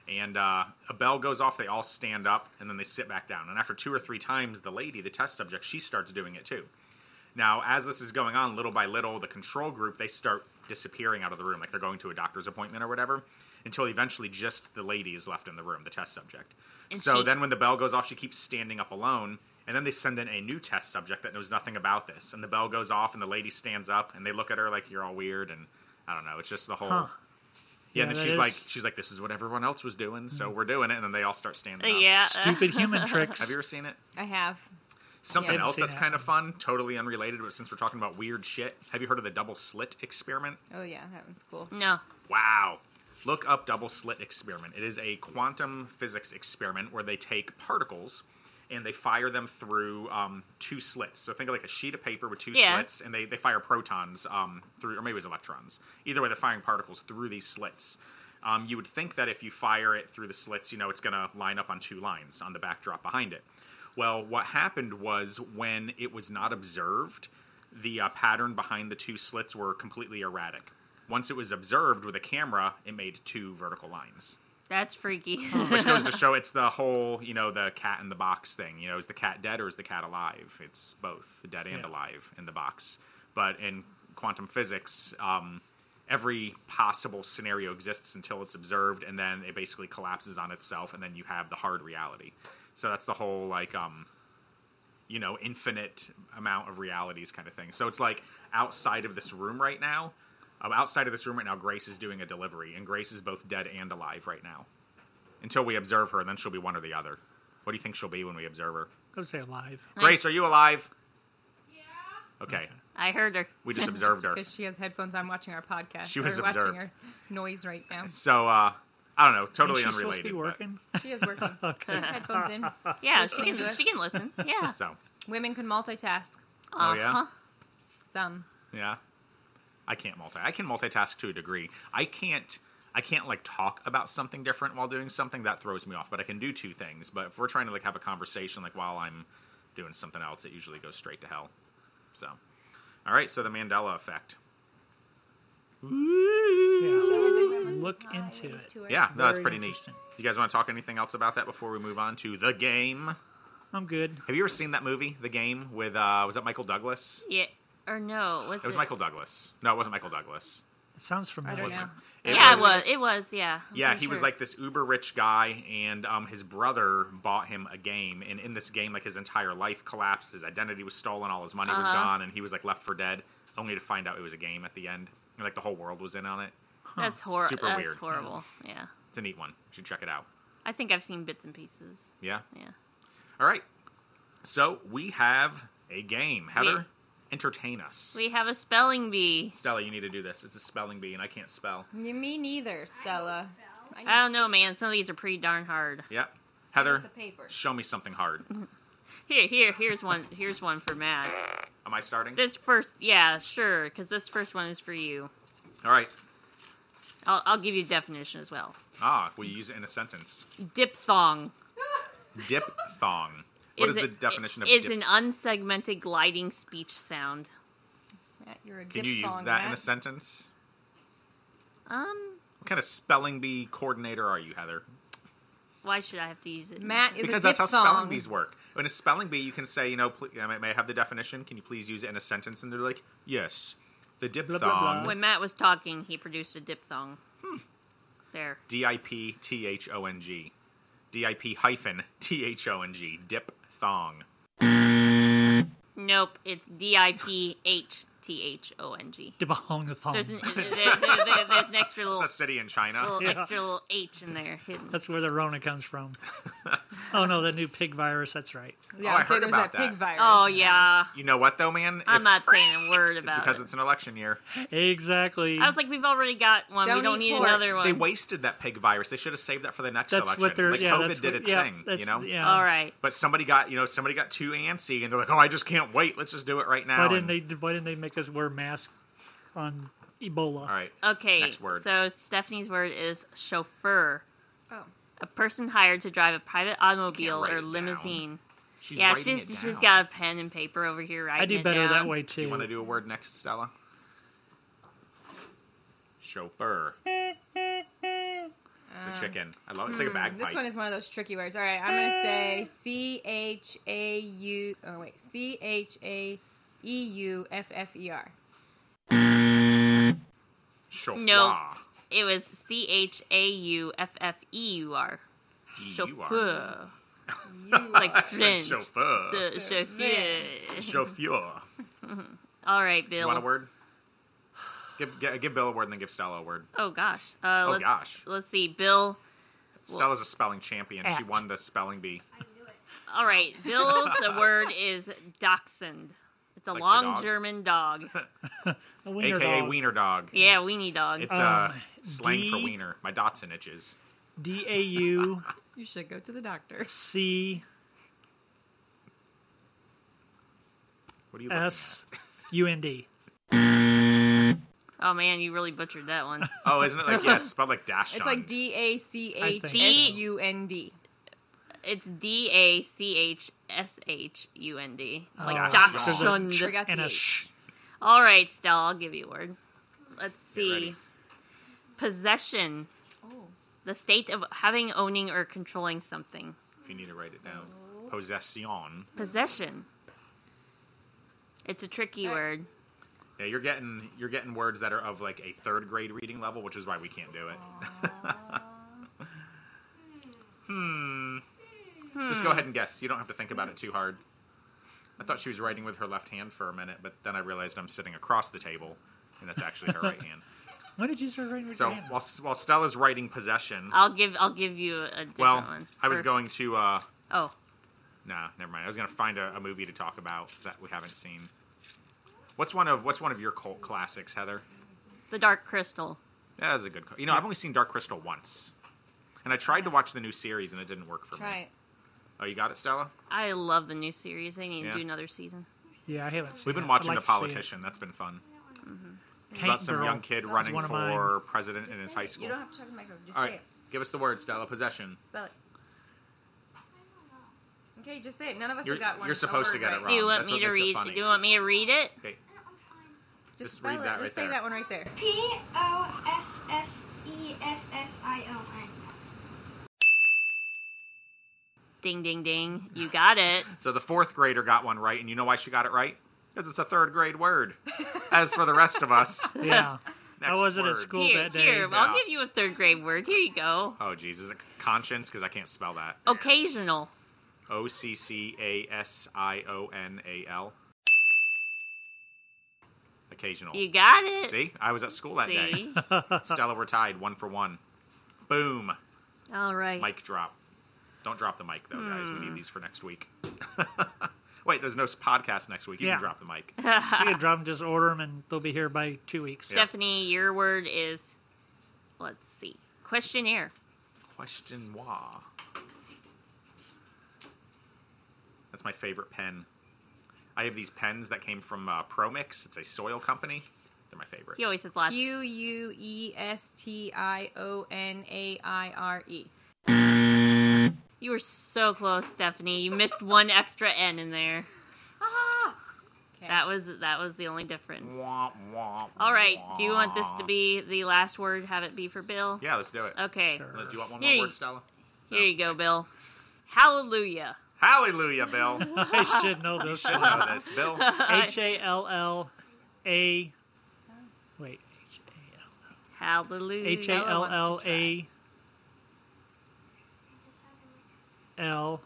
S1: And uh, a bell goes off, they all stand up, and then they sit back down. And after two or three times, the lady, the test subject, she starts doing it too. Now, as this is going on, little by little, the control group they start disappearing out of the room, like they're going to a doctor's appointment or whatever, until eventually just the lady is left in the room, the test subject.
S3: And
S1: so
S3: she's-
S1: then, when the bell goes off, she keeps standing up alone, and then they send in a new test subject that knows nothing about this. And the bell goes off, and the lady stands up, and they look at her like you're all weird, and I don't know. It's just the whole.
S2: Huh.
S1: Yeah, and then
S2: Yeah, that
S1: she's like,
S2: is-
S1: she's like, this is what everyone else was doing, so
S2: Mm-hmm.
S1: we're doing it, and then they all start standing up.
S3: yeah. uh,
S2: Stupid human tricks.
S1: Have you ever seen it?
S4: I have.
S1: Something
S2: Haven't
S1: else
S2: seen
S1: that's
S2: that
S1: kind of
S2: one.
S1: fun, totally unrelated, but since we're talking about weird shit, have you heard of the double slit experiment?
S4: Oh yeah, that one's cool.
S3: No.
S1: Wow. Look up double slit experiment. It is a quantum physics experiment where they take particles and they fire them through um, two slits. So think of like a sheet of paper with two
S3: Yeah.
S1: slits, and they, they fire protons um, through, or maybe it's electrons. Either way, they're firing particles through these slits. Um, you would think that if you fire it through the slits, you know, it's going to line up on two lines on the backdrop behind it. Well, what happened was when it was not observed, the uh, pattern behind the two slits were completely erratic. Once it was observed with a camera, it made two vertical lines.
S3: That's freaky.
S2: Oh.
S1: Which goes to show it's the whole, you know, the cat in the box thing. You know, is the cat dead or is the cat alive? It's both dead and
S2: Yeah.
S1: alive in the box. But in quantum physics, um, every possible scenario exists until it's observed, and then it basically collapses on itself, and then you have the hard reality. So that's the whole like um, you know, infinite amount of realities kind of thing. So it's like outside of this room right now. Um, outside of this room right now, Grace is doing a delivery, and Grace is both dead and alive right now. Until we observe her, and then she'll be one or the other. What do you think she'll be when we observe her?
S2: I would say alive.
S1: Grace, are you alive?
S5: Yeah.
S1: Okay,
S3: I heard her.
S1: we just observed her.
S4: because she has headphones on, watching our podcast.
S1: She was
S4: Or
S1: observed.
S4: watching her noise right now.
S1: So uh, I don't know,
S2: And
S1: totally
S2: she's supposed to
S1: unrelated.
S2: be
S1: but-
S2: working.
S4: She is working. She has headphones in.
S3: Yeah, she
S4: Listening to
S3: can
S4: us.
S3: she can listen. Yeah.
S1: so
S4: Women can multitask.
S1: Oh, yeah?
S3: Uh-huh.
S4: Some.
S1: Yeah. I can't multi. I can multitask to a degree. I can't. I can't like talk about something different while doing something that throws me off. But I can do two things. But if we're trying to like have a conversation like while I'm doing something else, it usually goes straight to hell. So, all right. So the Mandela effect.
S2: Look into it.
S1: Yeah, no, that's
S2: Very
S1: pretty neat.
S2: interesting.
S1: You guys want to talk anything else about that before we move on to the game?
S2: I'm good.
S1: Have you ever seen that movie, The Game? With uh, was that Michael Douglas?
S3: Yeah. Or no, was
S1: It was Michael Douglas. No, it wasn't Michael Douglas.
S2: It sounds
S4: I
S2: familiar.
S4: don't know.
S1: It
S3: yeah,
S1: was-
S3: it was. It was. Yeah. I'm
S1: Yeah,
S3: pretty
S1: he was
S3: sure.
S1: like this uber rich guy, and um, his brother bought him a game. And in this game, like his entire life collapsed, his identity was stolen, all his money was
S3: Uh-huh.
S1: gone, and he was like left for dead, only to find out it was a game at the end. And, like the whole world was in on it.
S3: that's horrible.
S1: super
S3: that's
S1: weird.
S3: horrible. Yeah.
S1: It's a neat one. You should check it out.
S3: I think I've seen bits and pieces.
S1: Yeah.
S3: Yeah.
S1: All right. So we have a game. Heather,
S3: We-
S1: entertain us.
S3: We have a spelling bee.
S1: Stella, you need to do this. It's a spelling bee, and I can't spell.
S4: N- Me neither, Stella. I need
S3: I don't know, man. Some of these are pretty darn hard.
S1: Yep.
S4: a piece
S1: Heather,
S4: of paper.
S1: show me something hard.
S3: Here, here, here's one. Here's one for Matt.
S1: Am I starting?
S3: This first, yeah, sure, because this first one is for you.
S1: All right.
S3: I'll, I'll give you definition as well.
S1: Ah, we use it in a sentence.
S3: Diphthong.
S1: Diphthong. What is,
S3: a-
S1: the definition of
S3: Is
S1: dip?
S3: an unsegmented gliding speech sound.
S4: Matt, you're a
S1: Can you use
S4: diphthong,
S1: that in a
S4: Matt.
S1: sentence?
S3: Um,
S1: What kind of spelling bee coordinator are you, Heather?
S3: why should I have to use it?
S4: Matt is
S1: Because
S4: a
S1: that's how
S4: diphthong.
S1: spelling bees work. In a spelling bee, you can say, you know, pl- I may have the definition. Can you please use it in a sentence? And they're like, yes. The
S2: blah,
S1: diphthong,
S2: blah.
S3: When Matt was talking, he produced a diphthong.
S1: Hmm.
S3: There.
S1: D I P T H O N G, D I P hyphen T H O N G, diphthong.
S3: Nope, it's D I P H T H O N G.
S2: Debong the thong.
S3: There's an there, there, there- there's an extra
S1: It's
S3: little,
S1: a city in China.
S3: little
S2: Yeah.
S3: extra little H in there hidden.
S2: That's where the Rona comes from. oh no, the new pig virus. That's right.
S4: Yeah,
S1: Oh, I
S4: so
S1: heard
S4: there's
S1: about
S4: that pig
S1: that.
S4: virus.
S3: Oh yeah,
S1: You know what, though, man?
S3: I'm
S1: If-
S3: not saying a word
S1: It's
S3: about
S1: because
S3: it.
S1: it's an election year.
S2: Exactly.
S3: I was like, we've already got one. we
S4: Don't
S3: don't
S4: eat
S3: need
S4: pork.
S3: another one.
S1: They wasted that pig virus. They should have saved that for the next
S2: that's
S1: election.
S2: what they're.
S1: like
S2: yeah,
S1: COVID
S2: that's
S1: did
S2: what,
S1: its
S2: yeah,
S1: thing,
S2: that's-
S1: you know.
S2: Yeah.
S3: All right.
S1: But somebody got, you know, somebody got too antsy, and they're like, "Oh, I just can't wait. Let's just do it right now."
S2: Why didn't
S1: And-
S2: they? Why didn't they make us wear masks on Ebola?
S3: Oh,
S1: All right.
S3: Okay.
S1: Next word.
S3: So Stephanie's word is chauffeur.
S4: Oh.
S3: a person hired to drive a private automobile
S1: write it
S3: or
S1: down.
S3: limousine.
S1: She's
S3: yeah,
S1: writing
S3: she's
S1: it
S3: she's
S1: down.
S3: got a pen and paper over here writing
S2: I do
S3: it
S2: better
S3: down.
S2: that way
S1: Do
S2: too.
S1: you want to do a word next, Stella? Chauffeur.
S3: Uh,
S1: It's the chicken. I love it. It's
S3: hmm,
S1: like a bagpipe.
S4: This one is one of those tricky words. All right, I'm gonna say C H A U. Oh wait, C H A E U F F E R.
S1: Chauffeur.
S3: No, it was C H A U F F E U R.
S1: You are.
S3: Chauffeur.
S4: You-
S3: It's like French.
S1: Chauffeur.
S3: So- Chauffeur.
S1: Chauffeur.
S3: All right, Bill.
S1: You want a word? Give, give give Bill a word and then give Stella a word.
S3: Oh gosh. Uh,
S1: Oh,
S3: let's,
S1: gosh.
S3: Let's see, Bill.
S1: Stella's a spelling champion. She
S2: At.
S1: won the spelling bee.
S5: I knew it.
S3: All right, Bill's the word is dachshund. It's a
S1: Like the
S3: long
S1: dog?
S3: German dog.
S2: a wiener
S1: AKA
S2: dog.
S1: wiener dog.
S3: Yeah, weenie dog.
S1: It's uh,
S2: Um,
S1: slang for
S2: D-
S1: wiener. My Dotson itches.
S2: D A U
S4: You should go to the doctor.
S2: C
S1: What are you looking
S2: S U N D.
S3: oh man, you really butchered that one.
S1: at? Oh, isn't it like, yeah, it's spelled like dash
S4: It's like D A C
S2: I
S4: H
S2: think.
S4: S U N D.
S3: It's D A C H S H U N D. Like
S2: Oh,
S3: dachshund.
S2: there's
S4: We got
S2: And
S4: the
S2: a
S4: H.
S2: sh.
S3: All right, Stella, I'll give you a word. Let's
S1: Get
S3: see.
S1: ready.
S3: Possession.
S4: Oh.
S3: The state of having, owning, or controlling something.
S1: If you need to write it down. Possession.
S3: Possession. It's a tricky
S4: Alright.
S3: word.
S1: Yeah, you're getting you're getting words that are of like a third grade reading level, which is why we can't do it. hmm. Just go ahead and guess. You don't have to think about it too hard. I thought she was writing with her left hand for a minute, but then I realized I'm sitting across the table, and that's actually her right hand.
S2: When did you start writing with
S1: So
S2: your hand?
S1: while while Stella's writing possession,
S3: I'll give I'll give you a different
S1: well,
S3: one.
S1: I was
S3: Or-
S1: going to. uh
S3: Oh,
S1: Nah, never mind. I was gonna find a, a movie to talk about that we haven't seen. What's one of what's one of your cult classics, Heather?
S3: The Dark Crystal.
S1: That is a good. co- You know, I've only seen Dark Crystal once, and I tried to watch the new series, and it didn't work for
S4: Try
S1: me.
S4: it.
S1: Oh, you got it, Stella.
S3: I love the new series. They need
S1: Yeah.
S3: to do another season.
S2: yeah, I haven't seen
S1: We've been
S2: it. I'd
S1: watching
S2: like
S1: The
S2: to see it.
S1: Politician. That's been fun. It's
S2: Tank
S1: about some
S2: Girl.
S1: young kid
S4: Sounds
S1: running
S2: one of mine.
S1: for president in
S4: Just
S1: his
S4: say
S1: high
S4: it.
S1: school.
S4: You don't have to talk in the microphone. Just
S1: All
S4: say
S1: right,
S4: it.
S1: give us the word, Stella. Possession.
S4: Spell it. Okay, just say it. None of us
S1: You're-
S4: have got one.
S1: you're
S4: a
S1: supposed to
S4: word
S1: get it
S4: right.
S3: do you
S1: Wrong.
S3: want
S1: That's
S3: me
S1: what
S3: to
S1: makes it
S3: read?
S1: funny.
S3: do you want me to read it?
S1: Okay,
S4: Just
S1: Just
S4: spell
S1: read
S4: it.
S1: that
S4: Just
S1: right
S4: say
S1: there.
S4: that one right there.
S5: P O S S E S S I O N.
S3: Ding ding ding. You got it.
S1: so the fourth grader got one right, and you know why she got it right? Because it's a third grade word. As for the rest of us,
S2: Yeah.
S1: next
S2: wasn't at
S1: word.
S2: school. Cool
S3: Here,
S2: that day.
S3: here.
S1: Yeah.
S3: I'll give you a third grade word. Here you go.
S1: Oh, geez, is it conscience? Because I can't spell that.
S3: Occasional.
S1: O C C A S I O N A L. Occasional.
S3: You got it.
S1: See, I was at school that day.
S3: See?
S1: Stella, we're tied one for one. Boom.
S3: All right.
S1: Mic drop. Don't drop the mic though, guys. We
S3: Hmm.
S1: need these for next week. Wait, there's no s- podcast next week. You
S2: Yeah.
S1: can drop the mic.
S2: you can drop them, just order them, and they'll be here by two weeks.
S1: Yeah.
S3: Stephanie, your word is let's see. Questionnaire.
S1: Question wah. That's my favorite pen. I have these pens that came from uh, ProMix. It's a soil company. They're my favorite.
S3: He always says last.
S4: Q U E S T I O N A I R E.
S3: You were so close, Stephanie. You missed one extra N in there.
S4: Okay.
S3: That was that was the only difference.
S1: Wah, wah,
S3: All right. Do you want this
S1: wah.
S3: to be the last word? Have it be for Bill.
S1: Yeah, let's do it.
S3: Okay.
S1: Do you want one
S3: Here
S1: more
S3: you-
S1: word, Stella?
S3: Here you go, Bill. Hallelujah.
S1: Hallelujah, Bill.
S2: I should know
S1: you
S2: this.
S1: should know this, Bill.
S2: H A L L A. Wait.
S3: Hallelujah.
S2: H A L L A L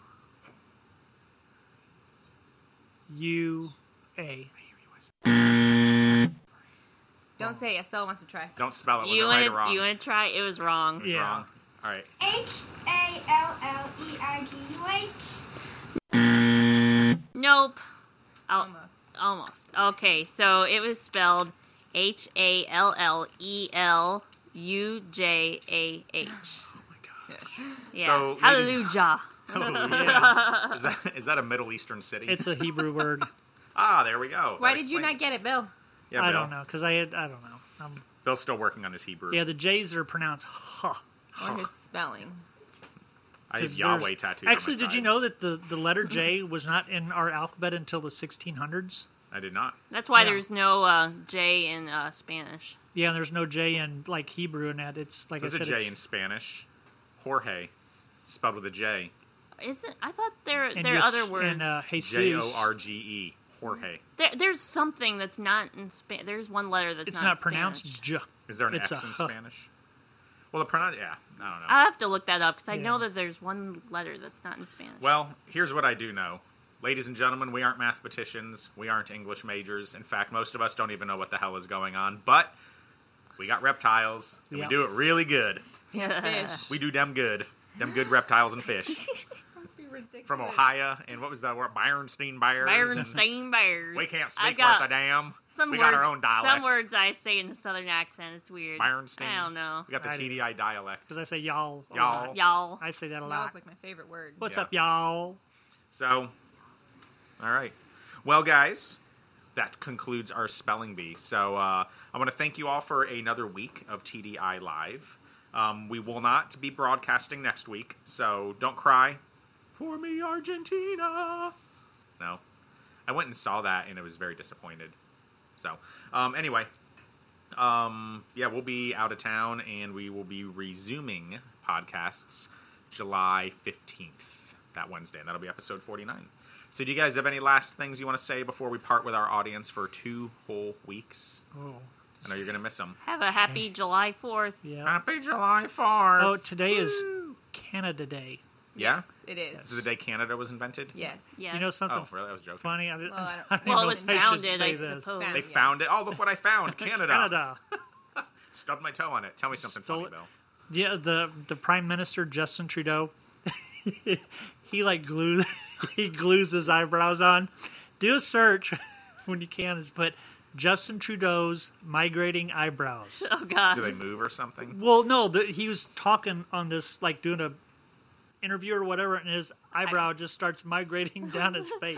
S2: U A.
S4: Don't say it. Estelle wants to try.
S1: Don't spell it. Was
S3: You
S1: it right
S3: want
S1: or wrong?
S3: you want to try? It was wrong.
S1: It was
S2: Yeah.
S1: wrong. All right.
S5: H A L L E I G U H.
S3: Nope. Al-
S4: Almost.
S3: Almost. Okay, so it was spelled H A L L E L U J A H. Yeah.
S1: So, ladies-
S3: Hallelujah.
S1: Hallelujah. is that is that a Middle Eastern city?
S2: Oh, It's a Hebrew word.
S1: ah, there we go.
S4: Why
S1: That
S4: did you
S1: explains
S4: not get it, Bill?
S1: it. Yeah,
S2: I
S1: Bill.
S2: don't know because I had I don't know. Um,
S1: Bill's still working on his Hebrew.
S2: yeah, the J's are pronounced huh.
S4: Or his spelling.
S1: I have
S2: 'Cause
S1: Yahweh
S2: there's-
S1: tattooed. on my
S2: Actually, did you
S1: side.
S2: know that the, the letter J was not in our alphabet until the 1600s?
S1: I did not.
S3: That's why
S2: Yeah.
S3: there's no uh, J in uh, Spanish.
S2: Yeah, and there's no J in like Hebrew and that. It's like
S1: There's
S2: I
S1: a
S2: said,
S1: J
S2: it's-
S1: in Spanish. Jorge, spelled with a J.
S3: Isn't I thought there
S2: and
S3: there are
S2: yes-
S3: other words.
S2: And uh, Jesus.
S1: J O R G E. Jorge.
S3: There, there's something that's not in Spanish. There's one letter that's
S2: It's
S3: not,
S2: not
S3: in
S2: pronounced
S3: Spanish.
S2: J.
S1: Is there an
S2: It's
S1: X
S2: a
S1: in
S2: huh.
S1: Spanish? Well, the pronoun. Yeah, I don't know.
S3: I have to look that up because I know
S2: Yeah.
S3: that there's one letter that's not in Spanish.
S1: Well, here's what I do know. Ladies and gentlemen, we aren't mathematicians. We aren't English majors. In fact, most of us don't even know what the hell is going on. But we got reptiles, and
S2: Yeah.
S1: we do it really good.
S3: yeah.
S4: Fish.
S1: We do them good. Them good reptiles and fish from Ohio. And what was that word? Byronstein bears.
S3: Byron
S1: and
S3: Stein Bears.
S1: we can't
S3: I
S1: speak
S3: got
S1: worth a damn.
S3: Some
S1: we
S3: words,
S1: got our own dialect.
S3: Some words I say in a southern accent. It's weird.
S1: Byronstein.
S3: I don't know.
S1: We got the
S2: I do.
S1: TDI dialect.
S2: Because I say y'all. a
S1: Y'all.
S2: lot.
S3: Y'all.
S2: I say that a
S4: That was
S2: lot.
S4: like my favorite word.
S2: What's
S1: Yeah.
S2: up, y'all?
S1: So, all right. Well, guys, that concludes our spelling bee. So, uh, I want to thank you all for another week of TDI Live. Um, we will not be broadcasting next week, so don't cry. For me, Argentina. No. I went and saw that, and I was very disappointed. So, um, anyway, um, yeah, we'll be out of town, and we will be resuming podcasts July fifteenth, that Wednesday, and that'll be episode forty-nine. So, do you guys have any last things you want to say before we part with our audience for two whole weeks?
S2: Oh,
S1: I know you're gonna miss them.
S3: Have a happy July Fourth.
S2: yeah.
S1: Happy July Fourth.
S2: Oh, today is Canada Day.
S1: yeah.
S4: Yes, it is.
S1: This is the day Canada was invented.
S4: Yes.
S3: Yeah.
S2: You know something
S1: Oh, really? I was joking.
S2: funny? I didn't,
S4: Well, I
S2: I
S4: don't-
S2: didn't
S3: well,
S2: know
S3: it was
S2: if I should
S3: founded,
S2: say
S3: I
S2: this.
S3: suppose.
S1: They
S4: Yeah.
S1: found it. Oh, look what I found! Canada.
S2: Canada.
S1: Stubbed my toe on it. Tell me something
S2: Stole
S1: funny,
S2: it.
S1: Bill.
S2: Yeah, the the Prime Minister Justin Trudeau, he like glues he glues his eyebrows on. Do a search when you can. Is put Justin Trudeau's migrating eyebrows.
S3: Oh God.
S1: Do they move or something?
S2: well, no, the, he was talking on this like doing a interview or whatever, and his eyebrow just starts migrating down his face.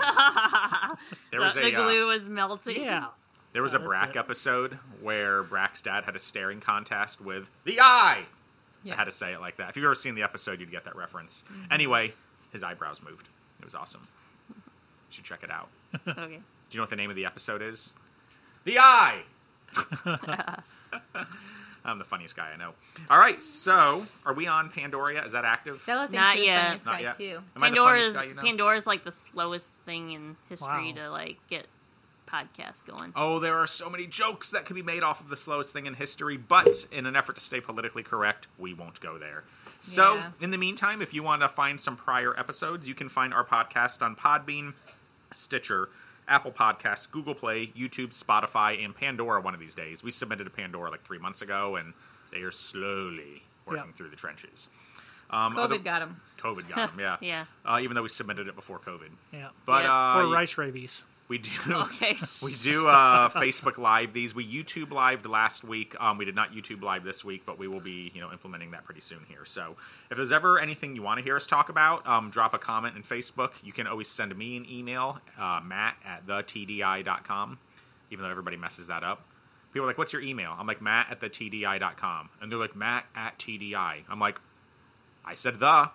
S1: There
S3: the,
S1: was
S3: the
S1: a uh,
S3: glue is melting.
S2: yeah,
S1: There was a
S2: that's
S1: Brack
S2: it.
S1: episode where Brack's dad had a staring contest with the eye. I had to say it like that. If you've ever seen the episode, you'd get that reference. Anyway, his eyebrows moved. It was awesome. You should check it out. Do
S3: Okay.
S1: you know what the name of the episode is? The Eye! I'm the funniest guy I know. All right, so are we on Pandora? Is that active?
S4: Stella thinks
S3: Not
S4: you're
S3: yet.
S4: the funniest
S1: Not
S4: guy,
S1: yet.
S4: too.
S1: Am I the funniest
S3: Pandora's
S1: guy you know?
S3: Pandora's like the slowest thing in history
S2: Wow.
S3: to like get podcasts going.
S1: Oh, there are so many jokes that can be made off of the slowest thing in history, but in an effort to stay politically correct, we won't go there. So,
S4: Yeah.
S1: in the meantime, if you want to find some prior episodes, you can find our podcast on Podbean, Stitcher, Apple Podcasts, Google Play, YouTube, Spotify, and Pandora one of these days. We submitted to Pandora like three months ago, and they are slowly working
S2: Yeah.
S1: through the trenches. Um,
S4: COVID
S1: other-
S4: got him.
S1: COVID got 'em, yeah.
S3: Yeah.
S1: Uh, even though we submitted it before COVID.
S2: yeah.
S1: But
S3: Yeah.
S1: uh,
S2: or
S1: you-
S2: rice rabies.
S1: we do.
S3: Okay.
S1: We do uh, Facebook Live these. We YouTube lived last week. Um, we did not YouTube live this week, but we will be, you know, implementing that pretty soon here. So, if there's ever anything you want to hear us talk about, um, drop a comment in Facebook. You can always send me an email, uh, Matt at thetdi.com. Even though everybody messes that up, people are like, "What's your email?" I'm like, "Matt at thetdi.com," and they're like, "Matt at tdi." I'm like, "I said the."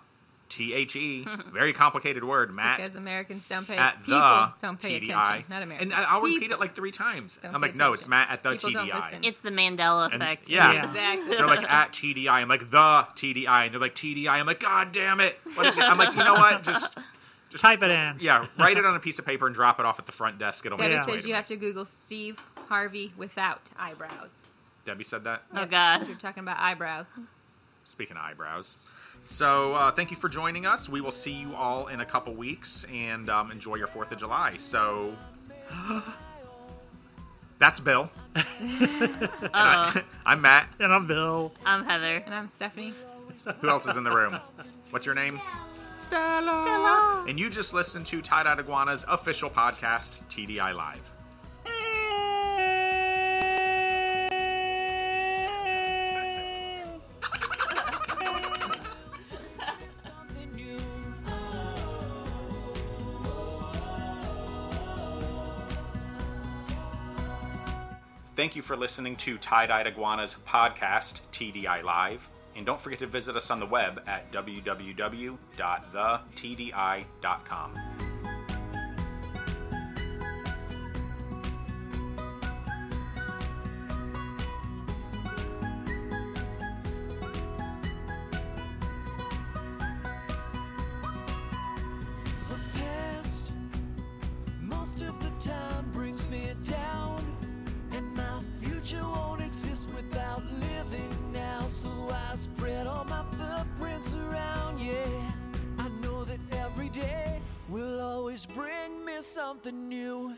S1: T H E, very complicated word. Matt
S4: Because Americans don't pay
S1: at
S4: people
S1: the
S4: don't pay
S1: TDI.
S4: attention. Not Americans.
S1: And I- I'll repeat
S4: People.
S1: it like three times.
S4: Don't
S1: I'm
S4: pay
S1: like, no, it's
S4: attention.
S1: Matt at the
S4: People don't
S1: TDI.
S4: listen.
S3: It's the Mandela
S1: And-
S3: effect.
S1: yeah.
S2: Yeah.
S4: Exactly.
S1: They're like at TDI. I'm like the TDI, and they're like TDI. I'm like, God damn it! What if- I'm like, you know what? Just
S2: Type it in.
S1: yeah, write it on a piece of paper and drop it off at the front desk. It'll
S4: Debbie
S1: make its way
S4: says
S1: to
S4: you
S1: me.
S4: have to Google Steve Harvey without eyebrows.
S1: Debbie said that.
S3: Oh
S4: So
S3: God.
S4: we're talking about eyebrows.
S1: Speaking of eyebrows. So uh, thank you for joining us. We will see you all in a couple weeks, and um, enjoy your Fourth of July. So. That's Bill.
S3: Uh oh.
S1: I'm Matt.
S2: And I'm Bill.
S3: I'm Heather.
S4: And I'm Stephanie.
S1: Who else is in the room? What's your name? Stella. And you just listened to Tied Out Iguana's official podcast, TDI Live.
S6: something new.
S1: Thank you for listening to Tied Eyed Iguana's podcast, TDI Live. And don't forget to visit us on the web at www.thetdi.com.
S6: The past, most of the time, brings me down. And my future won't exist without living now. So I spread all my footprints around, yeah. I know that every day will always bring me something new.